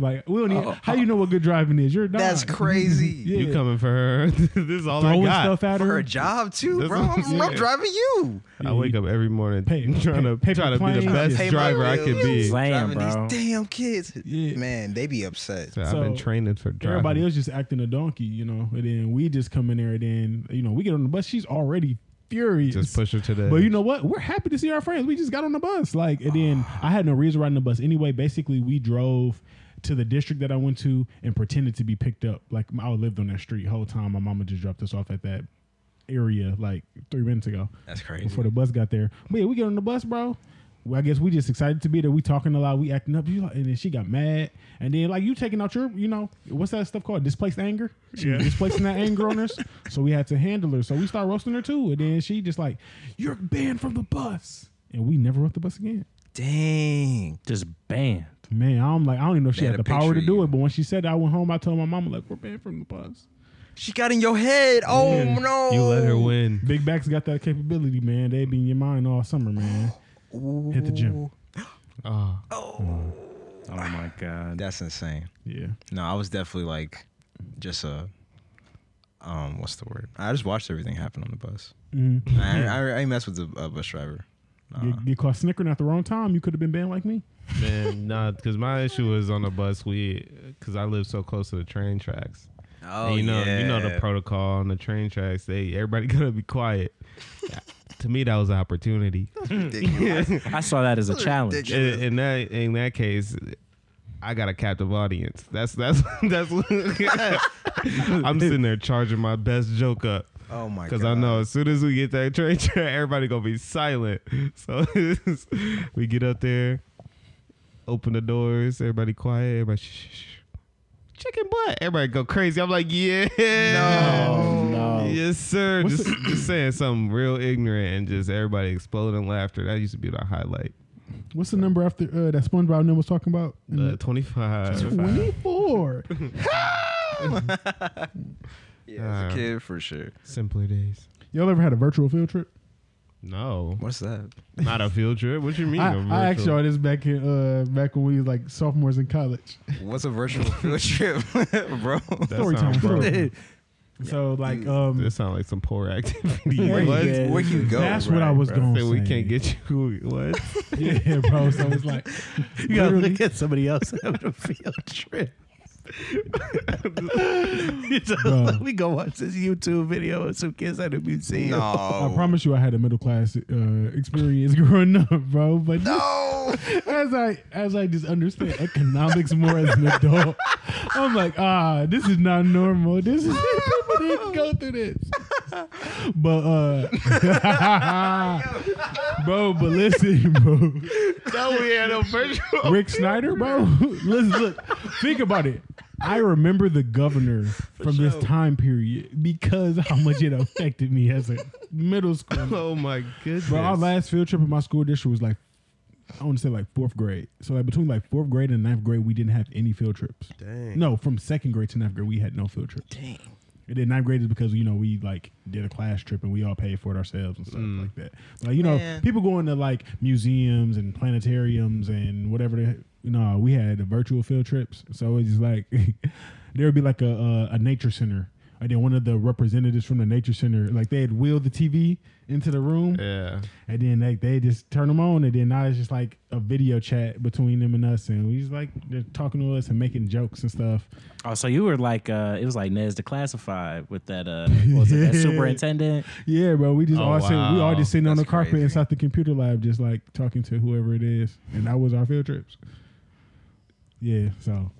S1: Like we don't. Even, how you know what good driving is? You're not.
S5: That's crazy.
S1: Yeah.
S3: You coming for her? (laughs) this is all I
S1: throwing
S3: got.
S1: stuff at
S5: For
S1: her.
S5: her job too,
S3: That's
S5: bro.
S3: what I'm
S5: I'm, I'm
S3: saying.
S5: driving you.
S3: I wake up every morning (laughs)
S1: Pay-
S3: trying to
S1: pay- pay
S3: trying to be the
S1: planes.
S3: best
S5: Pay my
S3: driver I
S5: bills.
S3: could be.
S2: Like- Damn,
S5: driving
S2: bro.
S5: these damn kids.
S1: Yeah.
S5: Man, they be upset.
S3: So I've
S1: So,
S3: been training for driving.
S1: Everybody else just acting a donkey, you know. And then we just come in there, and then you know we get on the bus. She's already furious.
S3: just push her to the.
S1: But you know what? We're happy to see our friends. We just got on the bus. Like, and then I had no reason riding the bus anyway. Basically, we drove to the district that I went to and pretended to be picked up. Like, I lived on that street whole time. My mama just dropped us off at that area like three minutes ago
S5: That's crazy.
S1: before the bus got there. But yeah, we get on the bus, bro. Well, I guess we just excited to be there. We talking a lot. We acting up. You like- And then she got mad. And then like you taking out your, you know, what's that stuff called? Displaced anger. She was displacing that anger on us. So we had to handle her. So we start roasting her too. And then she just like, you're banned from the bus. And we never rode the bus again.
S5: Dang.
S2: Just banned.
S1: Man, I'm like, I don't even know if she
S5: They
S1: had
S5: had
S1: the
S5: a
S1: power to
S5: picture of
S1: do
S5: you.
S1: it. But when she said that, I went home. I told my mama like, we're banned from the bus.
S5: She got in your head. Oh no.
S3: you let
S1: oh.
S3: her win.
S1: Big Back's got that capability, man. They be in your mind all summer, man. Hit the gym.
S3: Oh,
S2: Oh my god.
S5: That's insane.
S1: Yeah.
S5: No, I was definitely like, just a, um, what's the word? I just watched everything happen on the bus.
S1: Mhm.
S5: I, I, I ain't mess with the uh, bus driver. Nah.
S3: Uh-huh.
S1: Get, get caught snickering at the wrong time, you could have been banned like me.
S3: man, nah, because my issue was on the bus. We, because I live so close to the train tracks.
S5: Oh,
S3: And you know, you know
S5: yeah. (laughs)
S3: the protocol on the train tracks. They everybody (laughs) gotta be quiet. to me, that was an opportunity.
S5: Ridiculous.
S2: I saw that as a challenge.
S5: ridiculous.
S3: in, in that in that case, I got a captive (laughs) audience. That's that's that's. I'm sitting there charging my best joke up.
S5: Oh my god.
S3: Because I know as soon as we get that (laughs) train track, everybody gonna be silent. (laughs) So it's- we get up there, open the doors, everybody quiet, everybody shh, shh, shh. chicken butt, everybody go crazy. I'm like, yeah,
S2: Oh, no.
S3: yes sir.
S1: What's
S3: Just, just saying something real ignorant and just everybody exploding laughter. That used to be the highlight.
S1: What's the number after uh, that SpongeBob number was talking about?
S3: Uh,
S1: (laughs)
S3: 25. (laughs)
S1: 24.
S5: Yeah, as
S3: Uh,
S5: a kid for sure.
S3: Simpler days.
S1: Y'all ever had a virtual field trip?
S3: No,
S5: What's that?
S3: not a field trip. What you mean?
S1: I,
S3: a
S1: I asked
S3: virtual-
S1: y'all this back in uh, back when we was like sophomores in college.
S5: What's a virtual (laughs) field trip, bro?
S3: That
S1: Story
S3: sound
S1: time.
S3: broke.
S1: (laughs) Story time. so like um, (laughs)
S3: That sound like some poor activity.
S1: Yeah,
S3: What?
S2: yeah.
S5: Where you go?
S1: that's what I was going to
S3: Say
S1: say.
S3: we can't get you. (laughs) What?
S1: (laughs) yeah, bro. So it's like (laughs)
S2: You gotta
S1: literally-
S2: look at somebody
S3: (laughs)
S2: else having a field trip. You just-
S1: Bro.
S2: we go watch this YouTube video of some kids at a museum.
S5: No.
S3: (laughs) Oh.
S1: I promise you, I had a middle class uh, experience (laughs) growing up, bro. But
S5: (laughs) No.
S1: as I as I just understand economics more as an adult, I'm like, ah, this is not normal. This is people didn't go through this. But uh (laughs) Bro, but listen, bro.
S3: no, we had a virtual.
S1: Rick Snyder, bro. Listen, look, think about it. I remember the governor from this time period because how much it affected me as a middle school.
S3: (laughs) Oh my goodness.
S1: Bro, our last field trip in my school district was like, I want to say like fourth grade. So like between like fourth grade and ninth grade, we didn't have any field trips.
S5: Dang.
S1: No, from second grade to ninth grade, we had no field trips.
S5: Dang.
S1: And then ninth grade is because you know we like did a class trip and we all paid for it ourselves and stuff like that. Like you know,
S5: Man.
S1: people going to like museums and planetariums and whatever. They, you know, we had the virtual field trips. So it's just like (laughs) there would be like a, a a nature center. And then one of the representatives from the nature center, like they had wheeled the TV into the room,
S3: Yeah.
S1: and then they, they just turn them on, and then now it's just like a video chat between them and us, and we just like they're talking to us and making jokes and stuff.
S2: Oh, so you were like, uh, it was like Nez Declassified with that, uh, what was it, that superintendent?
S1: Yeah, bro, we just
S3: Oh,
S1: all sitting, we all
S3: wow.
S1: just sitting on the
S5: That's
S1: carpet
S5: crazy.
S1: inside the computer lab, just like talking to whoever it is, and that was our field trips. Yeah, so.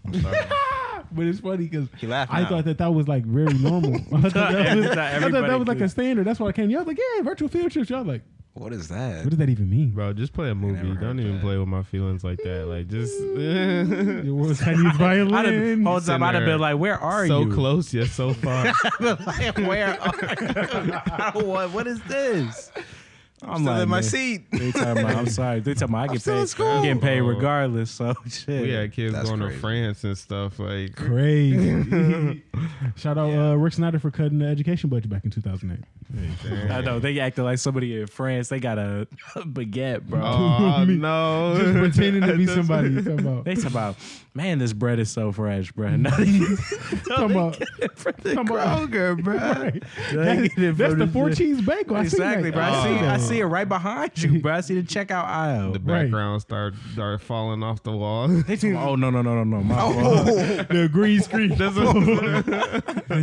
S1: But it's funny because
S5: He laughed
S1: I
S5: now.
S1: thought that that was like very
S5: (laughs)
S1: normal. (laughs) I thought that
S2: (laughs)
S1: was, I thought that
S2: Everybody
S1: was like
S2: could.
S1: a standard. That's why I came. Y'all was like, yeah, virtual field trips. Y'all like,
S5: What is that?
S1: what does that even mean?
S5: (laughs)
S3: Bro, just play a movie.
S5: never heard
S3: Don't even
S5: that.
S3: play with my feelings like that.
S5: (laughs)
S3: Like just (laughs)
S1: It was Chinese
S2: I'd have,
S1: violin.
S2: whole time I'd have been like, where are
S3: so
S2: you?
S3: close yet so
S1: (laughs)
S3: far.
S5: (laughs)
S2: like, where are you?
S3: (laughs)
S2: I don't want- what is this? I'm
S5: Still in my
S2: man,
S5: seat. (laughs)
S2: They talking about, I'm sorry. They talking about I get
S5: still in
S2: paid.
S5: school.
S2: Getting paid
S3: Oh.
S2: regardless. So (laughs) shit.
S3: we had kids
S5: That's
S3: going to
S5: crazy.
S3: France and stuff. Like
S1: Crazy. Shout out uh, Rick Snyder for cutting the education budget back in 2008.
S2: I know they acted like somebody in France. They got a, (laughs) baguette,
S1: (laughs)
S2: bro.
S3: oh no,
S1: Just (laughs) pretending
S3: (laughs)
S1: to be somebody. you Talking about,
S2: They talk about, man, this bread is so fresh, bro. (laughs) No, they-
S1: talking about,
S2: from the
S1: talking about
S2: Kroger, bro.
S1: (laughs) Right.
S2: (laughs) They
S1: That-
S2: get it
S1: that's
S2: from
S1: the
S2: this-
S1: four cheese bagel. I seen
S2: Exactly,
S1: that.
S2: bro. I see, I
S1: Oh.
S2: see it right behind
S1: (laughs)
S2: you, bro. I see the checkout aisle.
S3: The
S1: Right.
S3: background start start falling off the wall. (laughs)
S2: They talking about, oh no no no no no. My fault.
S5: Oh,
S1: the green screen.
S3: That's what-
S2: They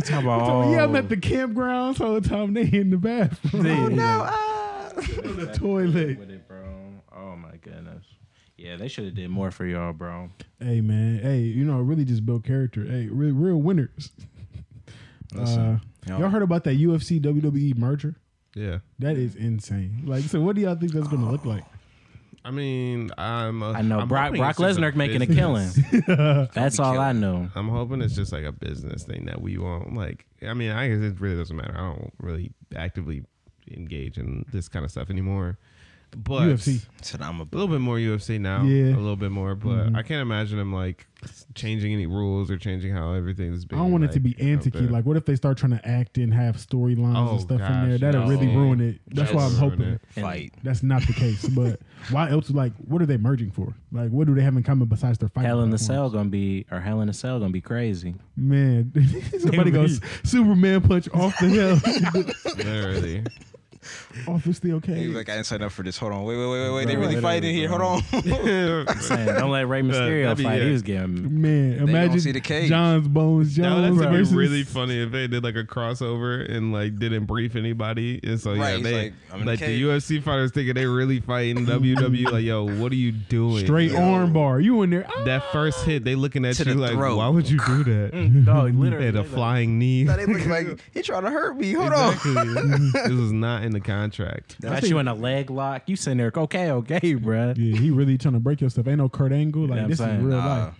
S1: (laughs)
S2: talking about, oh,
S1: Yeah, I'm at the campgrounds whole time. They in the bathroom,
S2: They-
S1: ah." the toilet.
S2: With it, bro. Oh my goodness. Yeah, they should have did more for y'all, bro.
S1: Hey man, hey, you know, really just build character. Hey, real, real winners. Uh,
S5: yo.
S1: Y'all heard about that UFC WWE E merger?
S3: yeah.
S1: That is insane. Like, so what do y'all think that's gonna
S2: Oh.
S1: look like?
S3: I mean, I'm. A,
S2: I know
S3: I'm
S2: Brock
S3: hoping
S2: Brock
S3: it's just
S2: Lesnar making a
S3: business.
S2: killing. (laughs) That's all I know.
S3: (laughs) I'm hoping it's just like a business thing that we want. Like, I mean, I guess it really doesn't matter. I don't really actively engage in this kind of stuff anymore. But
S1: UFC.
S5: Said I'm a
S3: a little bit more UFC now.
S1: Yeah. Mm-hmm.
S3: A little bit more, but I can't imagine him like changing any rules or changing how everything is
S1: I
S3: being.
S1: don't want it to
S3: like,
S1: be
S3: out
S1: anticky.
S3: there.
S1: Like, what if they start trying to act and have storylines
S3: Oh,
S1: and stuff
S3: gosh,
S1: in there? That'll
S3: no.
S1: really ruin it. That's why I'm
S3: That'll
S1: hoping
S3: ruin it.
S5: fight.
S1: that's not the case.
S3: (laughs)
S1: But why else? Like, what are they merging for? Like, what do they have in common besides their fight?
S2: Hell in the Cell gonna be or Hell in the Cell gonna be crazy.
S1: (laughs)
S3: (laughs)
S1: (laughs) man. Somebody goes Superman punch off the hill. (laughs)
S3: (laughs) literally. (laughs)
S1: Obviously, okay.
S4: He was like, I didn't sign up for this. Hold on. Wait, wait, wait, wait, wait. They
S1: Right.
S4: really fighting here. Hold on. (laughs)
S2: I'm saying, don't let Ray Mysterio
S3: that'd be
S2: fight.
S3: it.
S2: He was (laughs) getting
S1: Man,
S4: gonna
S1: imagine
S4: see the cage.
S1: John's Bones
S3: No,
S1: Jones
S3: that's gonna
S1: versus
S3: be really funny if they did like a crossover and like didn't brief anybody, and so
S4: Right,
S3: yeah,
S4: it's
S3: they
S4: like,
S3: like,
S4: I'm in the
S3: the
S4: cage.
S3: UFC fighters thinking they really fighting WWE. like, yo, what are you doing?
S1: straight
S3: Yo.
S1: armbar. You in there? Ah! (laughs)
S3: That first hit, they looking at
S4: To
S3: you
S4: the
S3: like,
S4: throat. (laughs)
S3: why would you do that?
S2: no, (laughs)
S3: they
S2: literally.
S3: had a
S2: they
S3: flying knee.
S5: Now they look like he trying to hurt me. Hold on.
S4: (laughs)
S3: Exactly. this is not in the contract.
S2: got you in a leg lock. You sitting there, okay, okay, (laughs) bruh.
S1: Yeah, he really trying to break your stuff. Ain't no Kurt Angle. Like
S2: Yeah, I'm
S1: this
S2: saying,
S1: is real
S4: Nah.
S1: life.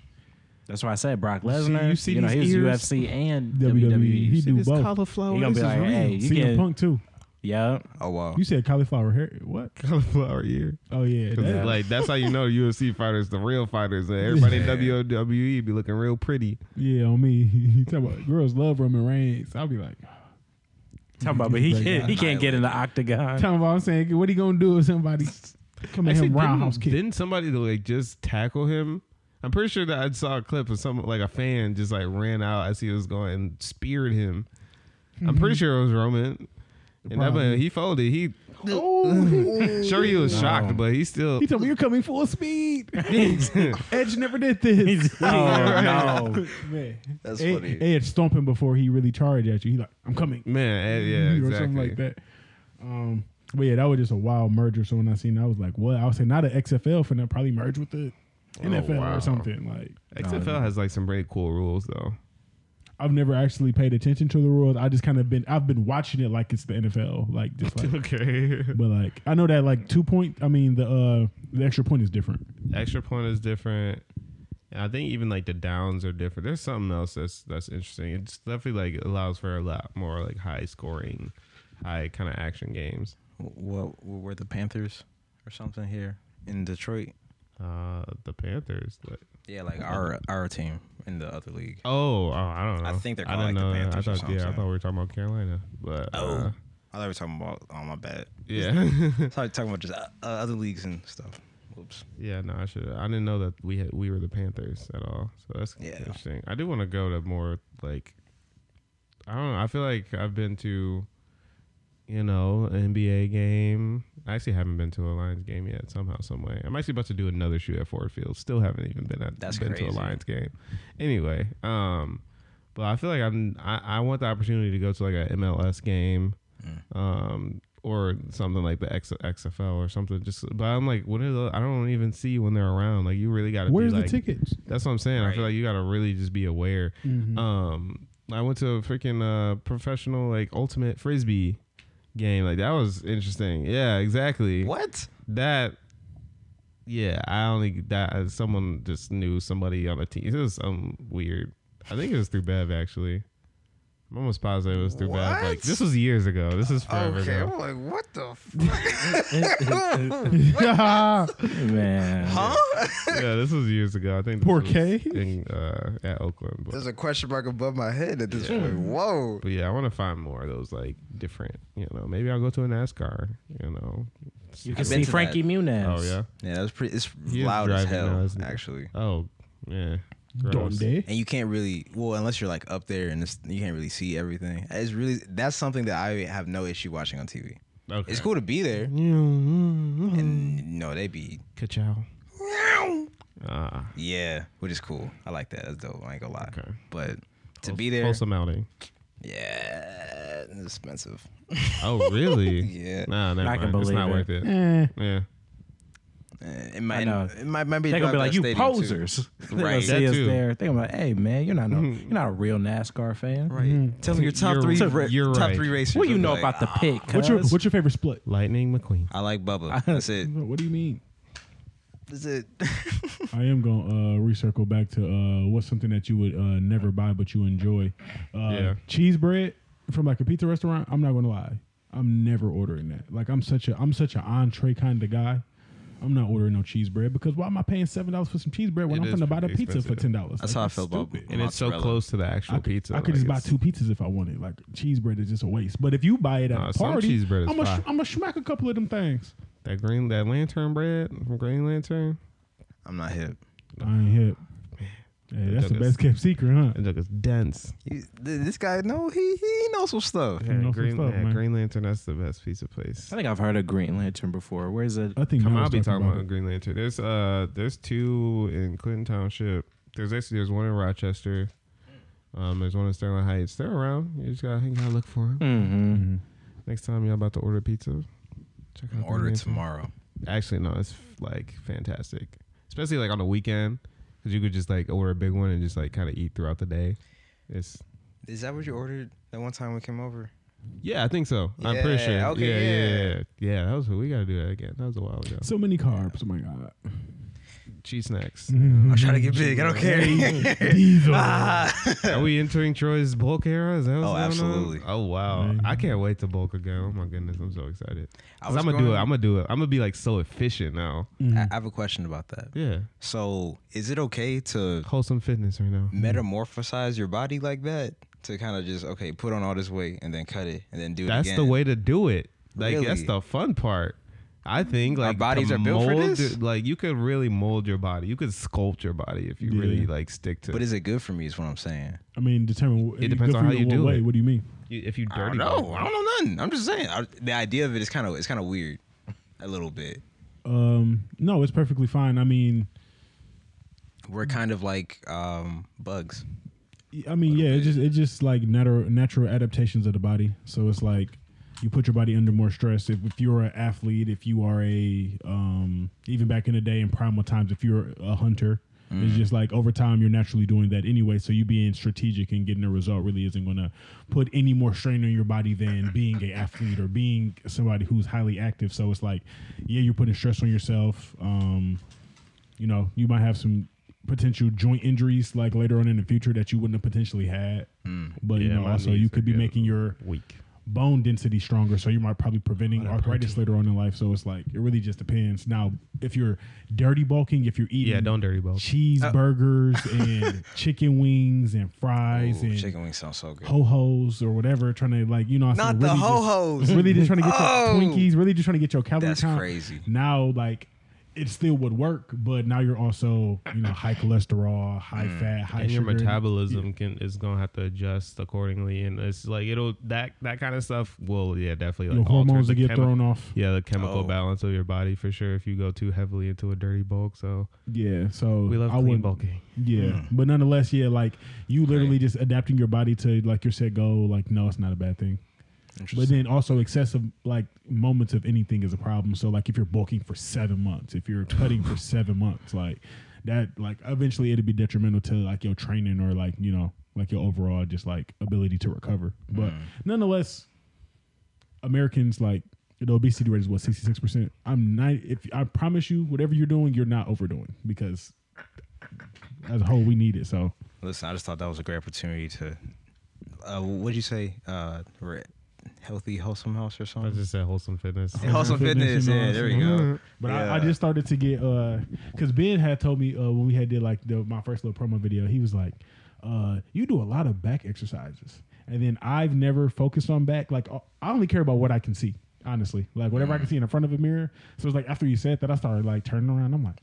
S2: That's why I said Brock Lesnar.
S3: you
S2: You,
S3: see
S2: know, he
S3: these
S2: was
S3: ears?
S2: UFC and E.
S1: WWE.
S2: WWE.
S1: E. He do both.
S3: E. cauliflower.
S2: He gonna be
S3: this
S2: like,
S3: is real.
S2: hey, you
S1: CM
S2: can,
S1: Punk too.
S2: yeah,
S4: Oh, wow.
S1: You said cauliflower hair.
S2: (laughs)
S1: What?
S3: (laughs) cauliflower ear.
S1: Oh yeah,
S3: 'Cause,
S1: that-
S3: Like that's how you know UFC fighters, the real fighters. uh, Everybody in
S4: Yeah.
S3: WWE E be looking real pretty.
S1: yeah. On me, (laughs) you talk about girls love Roman Reigns. I'll be like,
S2: talking about, but he
S1: Right
S2: can't,
S1: now.
S2: he can't get in the
S1: (laughs)
S2: octagon.
S1: talking about I'm saying, what he gonna do if somebody come at
S3: Actually,
S1: him roundhouse
S3: didn't,
S1: kick?
S3: didn't somebody like just tackle him? I'm pretty sure that I saw a clip of some like a fan just like ran out as he was going and speared him. I'm pretty sure it was Roman.
S1: Mm-hmm.
S3: And that
S1: Probably.
S3: man, he folded. He
S1: Oh,
S3: sure he was shocked, but he still
S1: he
S3: (laughs)
S1: told me you're coming full speed. Edge never did this.
S2: oh no!
S1: oh, Man.
S5: That's
S1: Ed,
S5: funny.
S1: Ed stomp him before he really charged at you. He like, I'm coming.
S3: man. eh, Yeah,
S1: or
S3: exactly.
S1: something like that. Um, but yeah, that was just a wild merger. So when I seen, it, I was like, what? I would say not an XFL for them, probably merge with the NFL
S3: Oh, wow.
S1: or something. Like,
S3: XFL has like some pretty cool rules though.
S1: I've never actually paid attention to the rules. I just kind of been, I've been watching it like it's the NFL, like just like.
S3: (laughs) Okay.
S1: But like I know that like two point I mean the uh the extra point is different.
S3: extra point is different. And I think even like the downs are different. There's something else that's that's interesting. It's definitely like allows for a lot more like high scoring, high kind of action games.
S4: What, what were the Panthers or something here in Detroit?
S3: Uh, the Panthers. Like,
S4: Yeah, like our our team in the other league.
S3: oh, oh, I don't know.
S4: I think they're
S3: I
S4: called,
S3: didn't
S4: like, the
S3: know that.
S4: Panthers or
S3: I thought, yeah, I
S4: something.
S3: thought we were talking about Carolina, but
S4: Oh. (laughs)
S3: uh,
S4: I thought we were talking about. Oh my bad.
S3: yeah, (laughs)
S4: Sorry, talking about just uh, uh, other leagues and stuff. Whoops.
S3: yeah. No, I should. I didn't know that we had, we were the Panthers at all. So that's
S4: Yeah.
S3: interesting. I do want to go to more like I don't know. I feel like I've been to, you know, an NBA game. I actually haven't been to a Lions game yet. Somehow, some way, I'm actually about to do another shoot at Ford Field. Still haven't even been at
S4: That's
S3: been to a
S4: crazy.
S3: Lions game. Anyway, um, but I feel like I'm. I, I want the opportunity to go to like a MLS game, um, or something like the X, XFL or something. Just, but I'm like, when are the? I don't even see when they're around. Like, you really got to.
S1: Where's
S3: be
S1: the
S3: like,
S1: tickets?
S3: that's what I'm saying. I feel
S4: Right.
S3: like you gotta really just be aware.
S1: Mhm.
S3: Um, I went to a freaking uh, professional like ultimate frisbee game. Like that was interesting. Yeah, exactly.
S5: What?
S3: That. Yeah, I only that uh, someone just knew somebody on the team. It was um weird. I think it was through Bev actually. I'm almost positive it was through Bev. Like
S5: What?
S3: this was years ago. This is forever
S5: Okay.
S3: ago.
S5: I'm like, what
S3: (laughs)
S5: the? Fuck?
S2: (laughs) Man,
S3: Yeah, this was years ago. I think. this
S1: Poor
S3: was
S1: K.
S3: in, uh, at Oakland. But.
S5: There's a question mark above my head at this point. Whoa.
S3: But yeah, I want to find more of those like different. You know, maybe I'll go to a NASCAR. You know.
S2: you can
S4: I've been
S2: see
S4: to
S2: Frankie
S4: that.
S2: Muniz.
S3: Oh yeah.
S4: Yeah, that's pretty. It's
S3: He is
S4: loud as
S3: driving now,
S4: hell,
S3: isn't he?
S4: actually.
S3: Oh yeah. Gross.
S1: Donde?
S4: And you can't really, well, unless you're like up there and it's, you can't really see everything. It's really that's something that I have no issue watching on TV.
S3: Okay.
S4: It's cool to be there,
S2: Mm-hmm.
S3: cool.
S4: and no, they be
S3: Ka-chow. Ah.
S4: yeah, which is cool. I like that. That's dope. I ain't gonna lie.
S3: Okay.
S4: But to be there,
S3: Wholesome outing.
S4: yeah, it's expensive.
S3: Oh really?
S4: Yeah.
S3: Nah, never
S2: I can
S3: mind. It's
S2: believe
S3: not
S2: it.
S3: worth it.
S1: Eh.
S3: Yeah.
S4: Eh, It might,
S2: know.
S4: it might, might be.
S2: They're gonna be
S4: about
S2: like,
S4: that
S2: you
S4: stadium, too."
S2: posers.
S4: Right.
S2: They're
S4: Mm-hmm.
S2: gonna
S3: That
S2: see us
S3: too.
S2: there. They're gonna be like, hey man, you're not no, you're not a real NASCAR fan.
S4: Right. Tell them your top
S3: You're-
S4: 3
S3: you're
S4: ra-
S3: right.
S4: top three racers.
S2: What do you
S4: They'll
S2: know
S4: be
S2: about
S4: like,
S2: the
S4: "Ah,
S2: pick?
S1: What's your
S2: cuz?"
S1: what's your favorite split?
S3: Lightning McQueen.
S4: I like
S2: (laughs)
S4: Bubba. That's it.
S1: What do you mean?
S4: That's it. (laughs)
S1: I am gonna uh, recircle back to uh, what's something that you would uh, never buy but you enjoy. Uh,
S3: Yeah.
S1: Cheese bread from like a pizza restaurant. I'm not gonna lie, I'm never ordering that. Like I'm such a I'm such an entree kind of guy. I'm not ordering no cheese bread because why am I paying seven dollars for some cheese bread when
S3: It
S1: I'm
S3: is
S1: gonna buy the
S3: pretty
S1: pizza for
S3: expensive.
S1: ten dollars?
S4: That's how I feel about
S3: And it's so
S4: mozzarella.
S3: close to the actual
S1: I could,
S3: pizza.
S1: I could
S3: like,
S1: just buy
S3: it's-
S1: two pizzas if I wanted. Like cheese bread is just a waste. But if you buy it at
S3: Nah,
S1: a
S3: some
S1: party,
S3: cheese bread is
S1: I'm gonna
S3: fire.
S1: sh- I'm gonna smack a couple of them things.
S3: That green, that lantern bread from Green Lantern.
S4: I'm not hip.
S1: I ain't hip. Hey, that's the best kept secret, huh?
S3: That joke is dense.
S5: He- th- this guy know he he knows some stuff.
S3: Yeah,
S1: know some
S3: Green,
S1: stuff,
S3: yeah,
S1: man.
S3: Green Lantern, that's the best piece of place.
S2: I think I've heard of Green Lantern before. Where is it?
S1: I think
S3: Come
S1: Matt
S3: on,
S1: was
S3: I'll be talking about
S1: it.
S3: Green Lantern. There's uh there's two in Clinton Township. There's actually there's one in Rochester. Um, there's one in Sterling Heights. They're around. You just gotta hang out, look for them.
S2: Mm-hmm.
S3: Next time y'all about to order pizza, check out
S4: I'm
S3: Green
S4: order
S3: Lantern.
S4: tomorrow.
S3: Actually, no, it's like fantastic, especially like on the weekend because you could just like order a big one and just like kind of eat throughout the day. It's
S5: Is that what you ordered that one time we came over?
S3: yeah, I think so. I'm pretty sure.
S5: Yeah, okay,
S3: yeah, yeah, yeah, yeah. That was we gotta do that again. That was a while ago.
S1: So many carbs. Oh my god.
S3: Cheese snacks.
S5: I'm trying to get big. (laughs) I don't care.
S1: Diesel.
S3: Are we entering Troy's bulk era? Is that what's
S5: Oh,
S3: going on?
S5: absolutely.
S3: Oh wow! I can't wait to bulk again. Oh my goodness, I'm so excited.
S5: I
S3: i I'm
S5: was
S3: gonna do
S5: going-
S3: it. I'm gonna do it. I'm gonna be like so efficient now.
S5: I I have a question about that.
S3: Yeah,
S5: So, is it okay to
S3: wholesome fitness right now.
S5: metamorphosize your body like that? To kind of just okay, put on all this weight and then cut it and then do it
S3: That's the
S5: again?
S3: way to do it. Like that's
S5: Really?
S3: the fun part. I think like
S5: Our
S3: to
S5: bodies are built for
S3: mold
S5: this?
S3: it- Like you could really mold your body. You could sculpt your body if you
S1: Yeah.
S3: really like stick to.
S5: But is it good for me? Is what I'm saying.
S1: I mean, determine.
S3: It depends on how you do
S1: what way.
S3: it.
S1: What do you mean?
S3: You- if you
S5: I don't
S3: dirty.
S5: know.
S3: bulk.
S5: I don't know nothing. I'm just saying. I, the idea of it is kind of it's kind of weird, a little bit.
S1: Um, no, it's perfectly fine. I mean,
S5: We're
S3: Mm-hmm.
S5: kind of like um, bugs.
S1: I mean, yeah, it just it just like natural natural adaptations of the body. So it's like you put your body under more stress. If, if you're an athlete, if you are a um, even back in the day in primal times, if you're a hunter, it's just like over time you're naturally doing that anyway. So you being strategic and getting a result really isn't going to put any more strain on your body than being a athlete or being somebody who's highly active. So it's like, yeah, you're putting stress on yourself. Um, you know, you might have some potential joint injuries like later on in the future that you wouldn't have potentially had. But you
S3: Hmm. Yeah,
S1: know,
S3: my
S1: also
S3: knees
S1: you
S3: are
S1: could be
S3: getting
S1: making your
S3: Weak.
S1: bone density stronger, so you might probably preventing arthritis later on in life. So it's like it really just depends. Now, if you're dirty bulking, if you're eating
S3: Yeah, don't dirty bulk.
S1: cheeseburgers
S3: (laughs)
S1: and chicken wings and fries
S5: Ooh,
S1: and
S5: chicken wings sound so good.
S1: ho hos or whatever, trying to like you know, what I'm saying,
S5: Not the
S1: really just-
S5: ho-hos.
S1: Really just trying to get
S5: Oh.
S1: your Twinkies. Really just trying to get your calorie
S5: That's
S1: count.
S5: crazy.
S1: Now like it still would work, but now you're also you know high cholesterol, high fat, high
S3: Mm. and your
S1: sugar.
S3: metabolism can is gonna have to adjust accordingly, and it's like it'll that that kind of stuff will yeah definitely
S1: Your
S3: like alter
S1: hormones
S3: the
S1: will get
S3: chemi-
S1: thrown off.
S3: Yeah, the chemical
S5: Oh.
S3: balance of your body for sure. If you go too heavily into a dirty bulk, so
S1: Yeah, so
S3: we love
S1: I
S3: clean
S1: wouldn't-
S3: bulking.
S1: Yeah, but nonetheless, yeah, like you literally just adapting your body to like your set goal. Like, no, it's not a bad thing. But then also excessive like moments of anything is a problem. So like if you're bulking for seven months, if you're cutting for seven months, like that, like eventually it'd be detrimental to like your training or like you know like your overall just like ability to recover. But nonetheless, Americans like the obesity rate is what sixty six percent. I'm not. If I promise you, whatever you're doing, you're not overdoing because as a whole we need it. So
S5: Listen, I just thought that was a great opportunity to. Uh, what'd you say? Uh, re- healthy, wholesome house or
S3: I
S5: something?
S3: just said wholesome fitness.
S5: Wholesome
S1: Fitness
S5: fitness.
S1: and all
S5: Yeah,
S1: that
S5: there
S1: shit.
S5: we go.
S1: But
S5: yeah.
S1: I, I just started to get uh because Ben had told me uh when we had did like the my first little promo video, he was like, uh, you do a lot of back exercises. And then I've never focused on back. Like I- I only care about what I can see, honestly. Like whatever
S5: Mm.
S1: I can see in the front of a mirror. So it's like after you said that, I started like turning around. I'm like,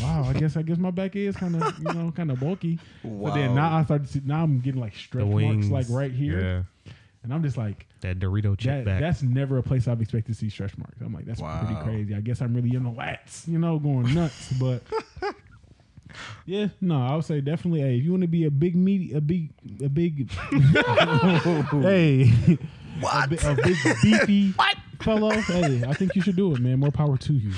S1: wow, I guess I guess my back is kind of you
S5: (laughs)
S1: know kind of bulky. But then
S5: Wow.
S1: now I started to see, now I'm getting like stretch
S3: the
S1: marks
S3: wings,
S1: like right here,
S3: Yeah,
S1: and I'm just like,
S3: that Dorito chip
S1: that,
S3: back.
S1: that's never a place I've expected to see stretch marks. I'm like, that's pretty
S5: Wow.
S1: crazy. I guess I'm really in the lats, you know, going nuts. But yeah, no, I would say definitely. Hey, if you want to be a big meaty, a big, a big,
S3: Mm-hmm.
S1: hey, (laughs) a, bi- a big beefy fellow. Hey, I think you should do it, man. More power to you.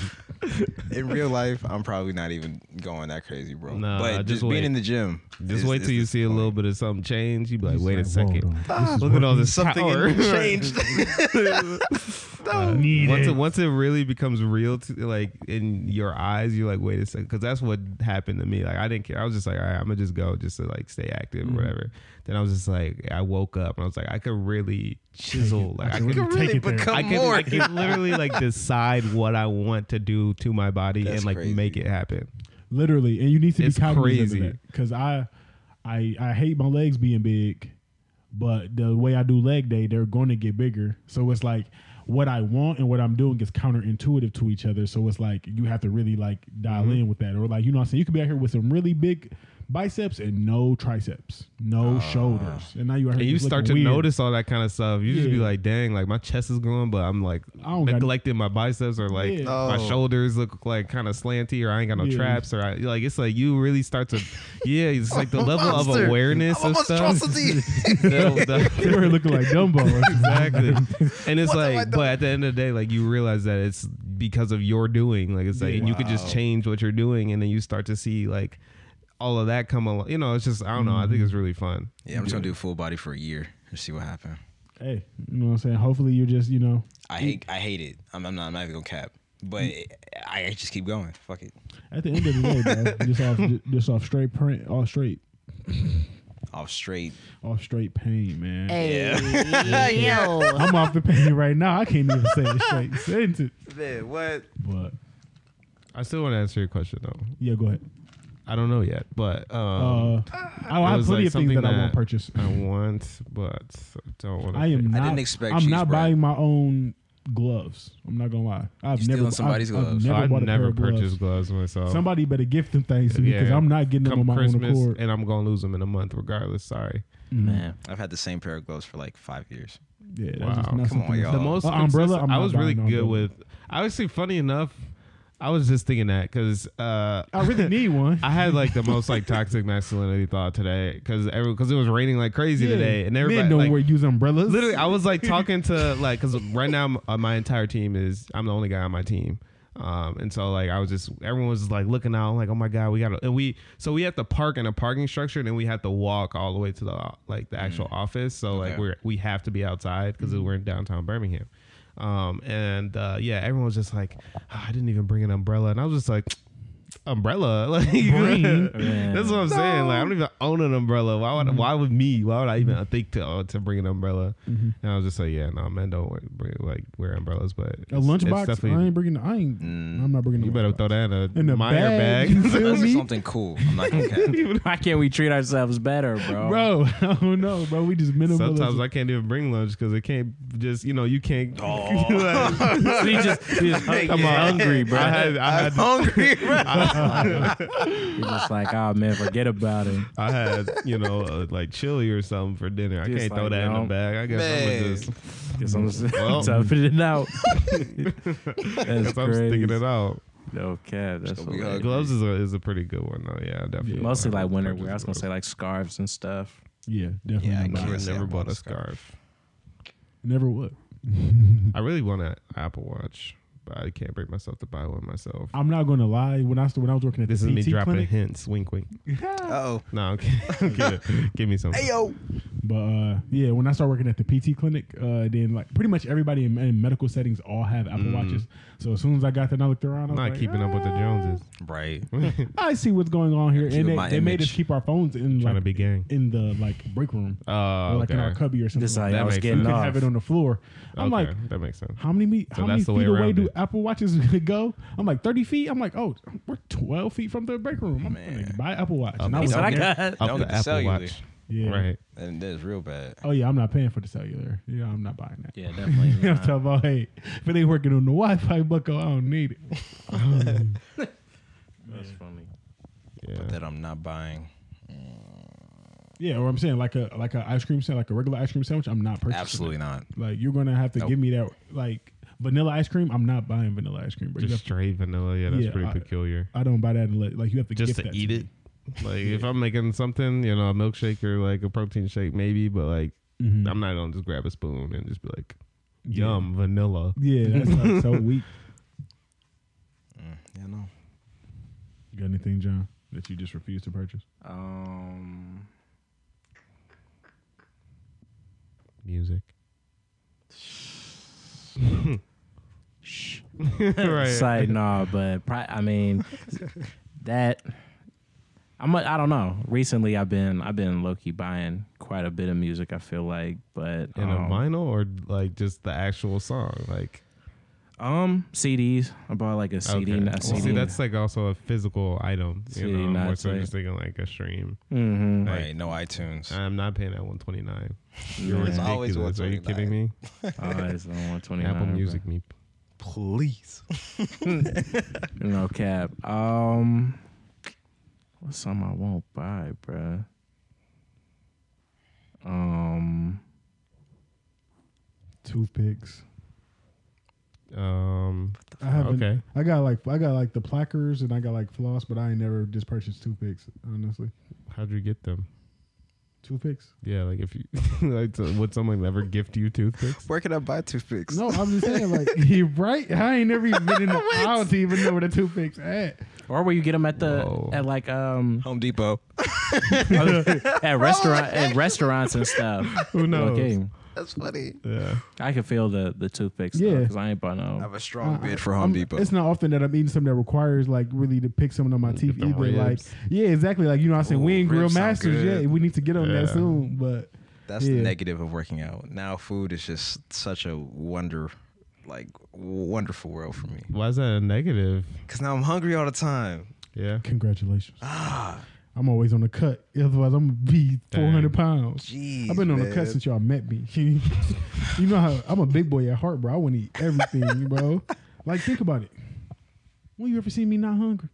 S5: in real life, I'm probably not even going that crazy, bro.
S3: Nah,
S5: but
S3: just
S5: just, being
S3: wait.
S5: in the gym.
S3: just
S5: is-
S3: wait
S5: is
S3: till you
S5: the
S3: see a
S5: point.
S3: little bit of something change. You be like, wait a
S1: Like, hold
S3: (laughs) second.
S1: on. This is
S3: Look at all this
S5: Something
S3: power. (laughs)
S5: in me changed.
S4: (laughs)
S3: once it once it really becomes real to like in your eyes, you're like, wait a second, because that's what happened to me. Like I didn't care. I was just like, all right, I'm gonna just go just to like stay active
S5: Mm-hmm.
S3: or whatever. Then I was just like, I woke up and I was like, I could really
S5: (laughs)
S3: chisel. Like I could
S1: really
S3: really.
S1: take it there.
S5: become
S3: I can,
S5: more.
S4: (laughs)
S3: I can literally like decide what I want to do to my body
S5: That's
S3: and like
S5: crazy.
S3: make it happen.
S1: Literally, and you need to
S3: It's
S1: be cognizant
S3: crazy.
S1: of that because I, I, I hate my legs being big, but the way I do leg day, they're going to get bigger. So it's like what I want and what I'm doing is counterintuitive to each other. So it's like you have to really like dial
S3: Mm-hmm.
S1: in with that, or like you know what I'm saying. You could be out here with some really big biceps and no triceps, no shoulders, and now you out here
S3: And Ah. you
S1: just
S3: start to
S1: looking weird.
S3: notice all that kind of stuff. You just be
S1: Yeah.
S3: like, dang, like my chest is growing, but I'm like
S1: I don't got-
S3: neglecting my biceps or like
S1: Yeah.
S3: my
S5: Oh.
S3: shoulders look like kind of slanty or I ain't got no
S1: Yeah.
S3: traps or I, like it's like you really
S1: (laughs)
S3: start to, yeah, it's like the
S5: I'm a
S3: level of
S5: monster.
S3: awareness
S5: I'm a
S3: of stuff. (laughs)
S5: monstrosity.
S3: the- the-
S1: (laughs) You were looking like
S3: (laughs)
S1: Dumbo.
S3: exactly. And it's
S5: What have I done?
S3: like, but at the end of the day, like you realize that it's because of your doing. Like it's like, and you could just change what you're doing, and then you start to see like all of that come along. You know, it's just I don't know. I think
S1: Mm-hmm.
S3: it's really fun.
S4: Yeah, I'm just gonna do full body for a year and see what happens.
S1: Hey, you know what I'm saying? Hopefully you're just, you know,
S4: I hate I hate it. I'm, I'm not I'm not even gonna cap. But
S3: Mm.
S4: I, I just keep going. Fuck it.
S1: at the end of the day, bro, just off just off straight print, all straight,
S4: Off straight.
S1: off Oh, straight pain, man.
S6: Hey, yo.
S1: (laughs) I'm off the pain right now. I can't even say a straight sentence.
S5: Man, what?
S1: But
S3: I still want to answer your question though.
S1: yeah, go ahead.
S3: I don't know yet, but um,
S1: Uh, I
S3: it
S1: have
S3: was,
S1: plenty
S3: like,
S1: of things that,
S3: something
S1: I won't
S3: that
S1: purchase.
S3: I want, but I don't want. to
S1: I am.
S3: pick.
S1: Not,
S4: didn't expect
S1: I'm
S4: cheese
S1: not
S4: bread.
S1: buying my own gloves. I'm not gonna lie. I've
S4: You
S1: never.
S4: stealing somebody's
S1: I've,
S4: gloves.
S1: I've never
S3: I've
S1: bought a pair
S3: never
S1: of gloves.
S3: purchased gloves, myself.
S1: Somebody better gift them things to me because
S3: Yeah.
S1: I'm not getting them on
S3: Come
S1: my
S3: Christmas,
S1: own accord. Mm.
S3: and I'm gonna lose them in a month, regardless. Sorry.
S2: Man,
S4: I've had the same pair of gloves for like five years.
S1: Yeah, that's
S3: Wow.
S1: just
S3: Come
S1: not
S3: on,
S1: something.
S4: y'all.
S3: The
S4: Uh,
S3: most
S1: uh, umbrella,
S3: consistent-
S1: I'm
S3: I
S1: not
S3: was really
S1: buying an
S3: good
S1: umbrella.
S3: with. Actually, funny enough, I was just thinking that because uh,
S1: I really need one.
S3: (laughs) I had like the most like toxic masculinity thought today because because it was raining like crazy
S1: Yeah.
S3: today and
S1: men don't
S3: everybody
S1: wear
S3: like,
S1: use umbrellas.
S3: literally I was like talking to like because right now m- uh, my entire team is I'm the only guy on my team. Um, and so like I was just everyone was just like looking out like oh my god we gotta and we so we have to park in a parking structure and then we have to walk all the way to the o- like the actual office so like
S4: Okay.
S3: we're we have to be outside because we're in downtown Birmingham um and uh yeah everyone was just like "Ah, I didn't even bring an umbrella and I was just like umbrella (laughs) like
S2: Man.
S3: that's what I'm saying like I don't even own an umbrella why
S1: Mm-hmm.
S3: would why would me why would I even think to uh, to bring an umbrella
S1: Mm-hmm.
S3: and I was just like yeah no men don't wear, bring, like wear umbrellas but
S1: a lunchbox. I ain't bringing. I ain't. I'm not bringing.
S3: Mm. you
S1: a
S3: better
S1: lunchbox.
S3: throw that in a,
S1: In a
S3: Meyer
S1: bag,
S3: bag,
S1: you
S3: (laughs)
S1: feel
S4: That's
S1: me?
S4: something cool. I'm not gonna cap.
S2: why can't we treat ourselves better,
S3: (laughs)
S1: (laughs)
S2: bro?
S1: Bro, I don't know, bro. We just minimalism.
S3: Sometimes I can't even bring lunch because it can't just you know you can't. (laughs) Like,
S2: So you just, you just hung-
S3: come on,
S2: hungry, bro.
S3: I had I
S1: (laughs)
S3: had
S5: Hungry, bro.
S2: You're just like, oh man, forget about it.
S3: I had you know uh, like chili or something for dinner. I
S2: Just
S3: can't throw
S2: like,
S3: that in
S2: no.
S3: a bag. I guess I'm
S5: Man.
S3: gonna just
S2: Guess I'm just (laughs)
S3: Well.
S2: toughing it
S3: (laughs)
S2: out. that's
S3: guess I'm
S2: crazy.
S3: sticking it out.
S2: Okay, that's
S4: So we
S2: hilarious.
S4: ugly.
S3: Gloves is a, is a pretty good one though. Yeah, definitely.
S2: mostly like
S3: I would
S2: winter
S3: purchase
S2: wear. I was gonna
S3: gloves.
S2: say like scarves and stuff.
S1: yeah, definitely.
S4: Yeah, I
S1: not buying
S4: can't
S1: it.
S3: I
S4: say
S3: never
S4: I
S3: bought a scarf.
S1: Never would.
S3: I really want an Apple Watch, but I can't bring myself to buy one myself.
S1: I'm not gonna lie. When I st- when I was working at
S3: This
S1: the
S3: is me
S1: PT
S3: dropping
S1: clinic,
S3: hints. Wink, wink.
S5: Oh,
S3: No, I'm (laughs) kidding. Give it- Give me something.
S5: hey yo.
S1: (laughs) but uh, yeah, when I started working at the PT clinic, uh, then like pretty much everybody in, in medical settings all have Apple Watches. So as soon as I got there, and I looked around. I was
S3: I'm Mm. not
S1: like,
S3: keeping up with the
S1: "Ah,
S3: Joneses.
S1: (laughs)
S3: (laughs)
S4: Right.
S1: I see what's going on here,
S4: Keep
S1: and they,
S4: my
S1: they made
S4: image.
S1: us keep our phones in
S3: Trying
S1: like
S3: to be gang.
S1: in the like break room, or,
S3: Oh,
S1: like in our
S3: okay.
S1: cubby or something.
S2: This is how
S1: like
S3: That
S2: y'all was
S3: makes
S1: You
S2: getting
S3: sense.
S1: can
S2: off.
S1: have it on the floor. I'm
S3: Okay,
S1: like,
S3: that
S1: (laughs)
S3: makes sense.
S1: how many me- how many
S3: that's the way
S1: feet away
S3: around
S1: do
S3: it.
S1: Apple Watches (laughs) go? I'm like 30 feet. I'm like, oh, we're 12 feet from the break room. I'm gonna buy an Apple Watch. And I
S3: Oh,
S4: man,
S1: was
S4: don't
S1: like,
S4: get-
S2: got.
S3: Up
S4: Don't
S3: the
S4: get the
S3: Apple
S4: cellular.
S3: Watch.
S1: yeah.
S3: Right.
S4: And that is real bad.
S1: Oh yeah, I'm not paying for the cellular. Yeah, I'm not buying that.
S2: Yeah, definitely.
S1: (laughs) I'm
S2: not.
S1: talking about hey, if it ain't working on the Wi-Fi, bucko, I don't need it.
S2: (laughs) That's funny.
S3: Yeah.
S4: That I'm not buying.
S1: Yeah, or I'm saying like a like a ice cream sandwich, like a regular ice cream sandwich. I'm not purchasing.
S4: Absolutely not.
S1: it. Like you're gonna have to
S4: Nope.
S1: give me that like vanilla ice cream. I'm not buying vanilla ice cream, bro. You
S3: Just
S1: have to-
S3: straight vanilla. Yeah, that's
S1: Yeah,
S3: pretty
S1: I-
S3: peculiar.
S1: I don't buy that unless like you have to
S3: Just
S1: gift
S3: to
S1: that
S3: eat
S1: me.
S3: it. Like if I'm making something, you know, a milkshake or like a protein shake, maybe, but like
S1: Mhm.
S3: I'm not gonna just grab a spoon and just be like,
S1: Yeah.
S3: yum, vanilla. (laughs)
S1: Yeah, that's like so weak.
S4: You know.
S1: You got anything, John, that you just refuse to purchase?
S2: Um,
S3: Music. (laughs) right.
S2: it's like no, but pri- I mean that. I'm a, I don't know. Recently, I've been I've been low key buying quite a bit of music. I feel like, but
S3: In a
S2: um,
S3: vinyl or like just the actual song? Like
S2: Um, CDs. I bought like a CD.
S3: Okay.
S2: Not
S3: Well,
S2: CD.
S3: see, that's like also a physical item. You
S2: CD,
S3: know,
S2: not
S3: more so
S2: tape.
S3: just thinking like a stream.
S2: Mhm.
S3: Like,
S4: Right, no iTunes.
S3: I'm not paying that 129. You're
S2: Yeah.
S3: ridiculous.
S5: always
S3: Are you kidding
S5: 129.
S3: me?
S2: Oh,
S3: (laughs)
S2: it's on 129.
S3: Apple
S2: bro.
S3: Music, me.
S5: Please.
S2: No cap. Um, what's something I won't buy, bruh? Um,
S1: Toothpicks.
S3: Um,
S1: I haven't.
S3: okay.
S1: I got like I got like the plackers and I got like floss, but I ain't never just purchased toothpicks. Honestly,
S3: How'd you get them?
S1: toothpicks.
S3: Yeah, like if you, (laughs) like, so would someone ever gift you toothpicks?
S5: Where can I buy toothpicks?
S1: No, I'm just saying like (laughs) you right. I ain't never even been
S3: (laughs)
S1: in the aisle to even know where the toothpicks at.
S2: or where you get them at the
S3: Whoa.
S2: at like um
S4: Home Depot.
S2: at restaurant at restaurants and stuff.
S3: Who knows?
S2: Okay,
S5: That's funny.
S3: Yeah.
S2: I can feel the the toothpicks.
S1: Yeah.
S2: Yeah, because I ain't bought
S4: I
S2: no.
S4: have a strong
S1: Uh-uh.
S4: bid for Home
S1: I'm-
S4: Depot.
S1: It's not often that I'm eating something that requires like really to pick something on my teeth
S3: the
S1: either. Like
S3: ribs.
S1: yeah, exactly. Like you know, I said we
S4: Ooh,
S1: ain't grill
S4: ribs sound
S1: masters
S4: good.
S1: yet. We need to get on that
S3: Yeah.
S1: soon. But
S4: That's
S1: Yeah.
S4: the negative of working out. Now food is just such a wonder, like wonderful world for me.
S3: Why is that a negative?
S4: Cause now I'm hungry all the time.
S3: Yeah.
S1: congratulations,
S4: Ah,
S1: I'm always on the cut. Otherwise, I'm gonna be 400
S3: Dang.
S1: pounds.
S5: Jeez.
S1: I've been on
S5: man.
S1: the cut since y'all met me. (laughs) you know how I'm a big boy at heart, bro. I want to eat everything,
S5: (laughs)
S1: bro. Like think about it. When you ever seen me not hungry?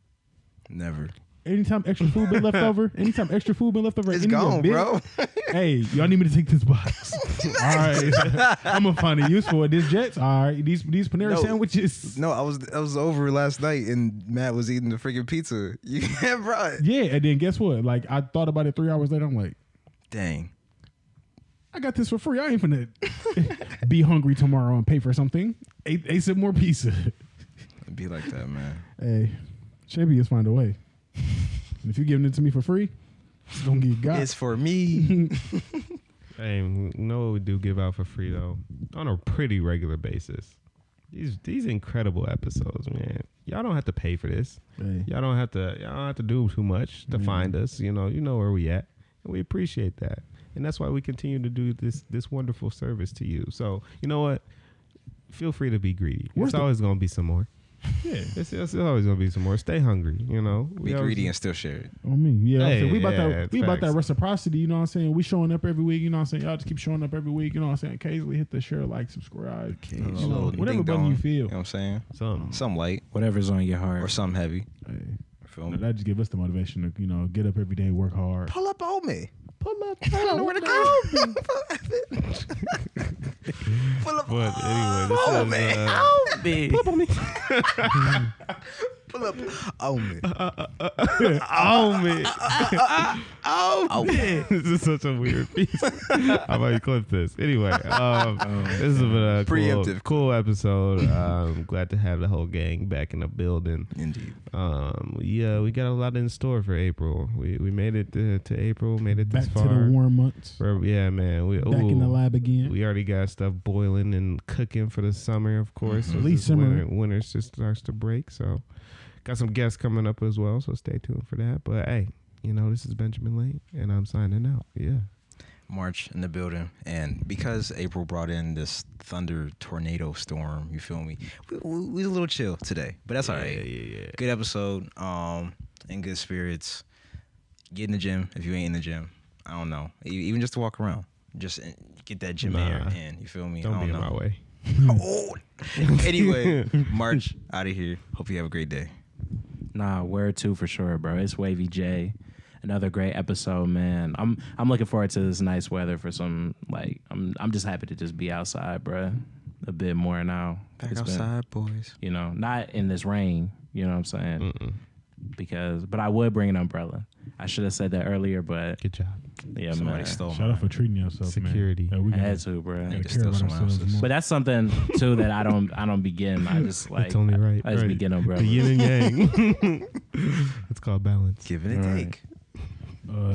S4: never.
S1: Anytime extra food been left over, anytime extra food been left over,
S5: It's
S1: any little
S5: gone,
S1: bit,
S5: bro.
S1: (laughs) Hey, y'all need me to take this
S5: (laughs)
S1: box. All right, (laughs) I'm gonna find it useful. This Jets, all right. These these Panera
S5: No.
S1: sandwiches.
S5: No, I was I was over last night and Matt was eating the freaking pizza. (laughs) Yeah, bro.
S1: Yeah, and then guess what? Like I thought about it three hours later. I'm like,
S4: Dang.
S1: I got this for free. I ain't finna be hungry tomorrow and pay for something. Ate, ate some more pizza. (laughs)
S4: It'd be like that, man.
S1: Hey, Chevy just find a way. And if you're giving it to me for free, it's gonna get got.
S4: It's for
S3: (laughs)
S4: me.
S3: Hey, we know what we do give out for free though, on a pretty regular basis. These these incredible episodes, man. Y'all don't have to pay for this.
S1: Hey,
S3: Y'all don't have to. Y'all don't have to do too much to find us. You know, you know where we at, and we appreciate that. And that's why we continue to do this this wonderful service to you. So you know what? Feel free to be greedy.
S1: Where's
S3: There's
S1: the-
S3: always gonna be some more. Yeah, (laughs) it's, it's always gonna be some more. Stay hungry. You know,
S4: Be
S3: always-
S4: greedy and still share it.
S1: on me. Yeah, I'm
S3: Hey,
S1: saying, we about
S3: yeah,
S1: that. We about
S3: facts.
S1: that reciprocity. You know what I'm saying? We showing up every week. You know what I'm saying? Y'all just keep showing up every week. You know what I'm saying? Occasionally hit the share, like, subscribe, you
S4: Just a
S1: know,
S4: little
S1: whatever
S4: ding
S1: button you
S4: dong, You
S1: feel.
S4: know what I'm saying?
S3: Some.
S4: Some light
S2: Whatever's on your
S4: or
S2: heart.
S4: some heavy.
S1: Hey,
S4: Feel
S1: no,
S4: me?
S1: that just give us the motivation to you know get up every day, work hard.
S5: Pull up on me.
S1: Pull
S3: (laughs)
S1: up.
S5: I don't know where to go.
S3: (laughs)
S5: Pull up,
S3: But anyway, this
S5: Pull up
S3: is,
S5: man.
S3: uh,
S2: Big.
S5: Pull up on me.
S3: Oh man. Oh man. (laughs) This is such a weird piece. I might clip this. Anyway, um, this has been a cool,
S4: Preemptive.
S3: cool episode. Um, glad to have the whole gang back in the building.
S4: Indeed.
S3: Um, yeah, we got a lot in store for April. We we made it to, to April. Made it this
S1: Back to
S3: far.
S1: the warm months.
S3: We're- yeah, man. We
S1: Back in the
S3: ooh.
S1: lab again.
S3: We already got stuff boiling and cooking for the summer, of course.
S1: Mhm.
S3: As
S1: Least
S3: this
S1: summer.
S3: Winter, winter just starts to break, so got some guests coming up as well. So stay tuned for that. But hey, you know this is Benjamin Lane, and I'm signing out. Yeah,
S4: March in the building, and because April brought in this thunder tornado storm, you feel me? We, we, we was a little chill today, but that's all right.
S3: yeah, yeah.
S4: Good episode, um, in good spirits. Get in the gym if you ain't in the gym. I don't know, E- even just to walk around, just in- get that gym air
S3: Nah.
S4: in. You feel me?
S3: Don't
S4: I
S3: be in
S4: know.
S3: my way.
S4: (laughs) Oh.
S3: (laughs)
S4: anyway, March out of here. Hope you have a great day.
S2: Nah, where to for sure, bro. It's Wavy J. Another great episode, man. I'm I'm looking forward to this nice weather for some like I'm I'm just happy to just be outside, bro. A bit more now. It's been-
S4: boys.
S2: you know, not in this rain, you know what I'm saying?
S3: Mm-mm.
S2: Because but I would bring an umbrella. I should have said that earlier, but
S3: Good job,
S2: yeah,
S4: Somebody
S2: man.
S4: stole
S1: Shout
S4: mine.
S1: out for treating yourself, man.
S3: oh Security.
S1: Yeah, we
S2: I had
S1: got
S2: to, bro.
S1: to
S4: Just
S1: care
S4: steal
S1: about
S4: someone
S1: ourselves
S4: else's.
S1: more.
S2: But that's something too that I don't I don't begin. I just like
S3: That's only right.
S2: I just
S3: right.
S2: begin umbrella.
S3: The yin and yang. (laughs) it's called balance.
S4: Give it a
S2: All right.
S4: take.
S1: Uh,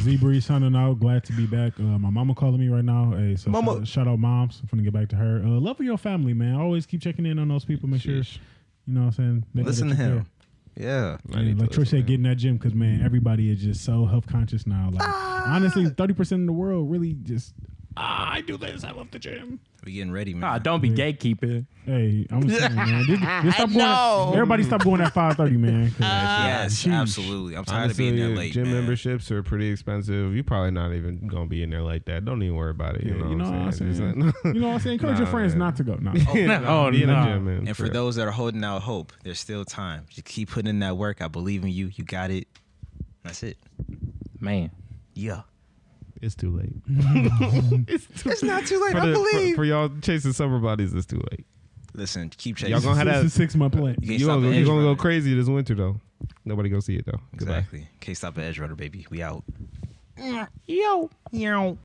S1: Z Breeze signing out. Glad to be back. Uh, my mama calling me right now. Hey, so
S5: Mama.
S1: Shout, shout out moms. I'm gonna get back to her. Uh, love for your family, man. Always keep checking in on those people. Make sure
S3: Sheesh.
S1: you know what I'm saying. They know
S4: Listen to
S1: that you're
S4: him. Yeah.
S3: I
S1: there. Yeah,
S3: need to
S1: like Troy said,
S3: listen to
S1: get
S3: him. Mm-hmm.
S1: in that gym because man, everybody is just so health conscious now. Like honestly, thirty percent of the world really just "Ah, I do this. I love the gym.
S5: We getting ready, man.
S2: Ah, don't be gatekeeping.
S1: Hey, I'm just saying, man. This, this stop going,
S7: No.
S1: Everybody stop going at 5:30, man. 'cause-
S5: Uh, yes,
S1: Sheesh.
S5: absolutely. I'm tired
S3: Honestly,
S5: of being that late.
S3: gym
S5: man.
S3: memberships are pretty expensive. You're probably not even gonna be in there like that. Don't even worry about it.
S1: Yeah,
S3: You know, what I'm saying? It's (laughs)
S1: You know what I'm saying? Encourage your
S3: Nah,
S1: friends
S3: man.
S1: not to go. No.
S2: (laughs)
S3: (laughs)
S2: Oh,
S3: be in the
S2: no.
S3: gym, man.
S5: And for those that are holding out hope, there's still time. Just keep putting in that work. I believe in you. You got it. That's it.
S2: Man.
S5: Yeah.
S3: it's too late. (laughs) it's too
S8: It's not too late.
S3: For,
S8: I
S3: the- for-
S8: believe.
S3: for y'all chasing summer bodies, it's too late.
S5: Listen, keep chasing.
S3: Y'all gonna have
S1: This
S3: that
S1: is six month plan.
S5: You can't
S3: You
S5: stop
S3: gonna,
S5: an
S3: you
S5: edge
S3: gonna go
S5: runner.
S3: crazy this winter though. Nobody gonna see it though. Goodbye.
S5: Exactly. Can't stop an edge runner, baby. We out.
S7: Yo.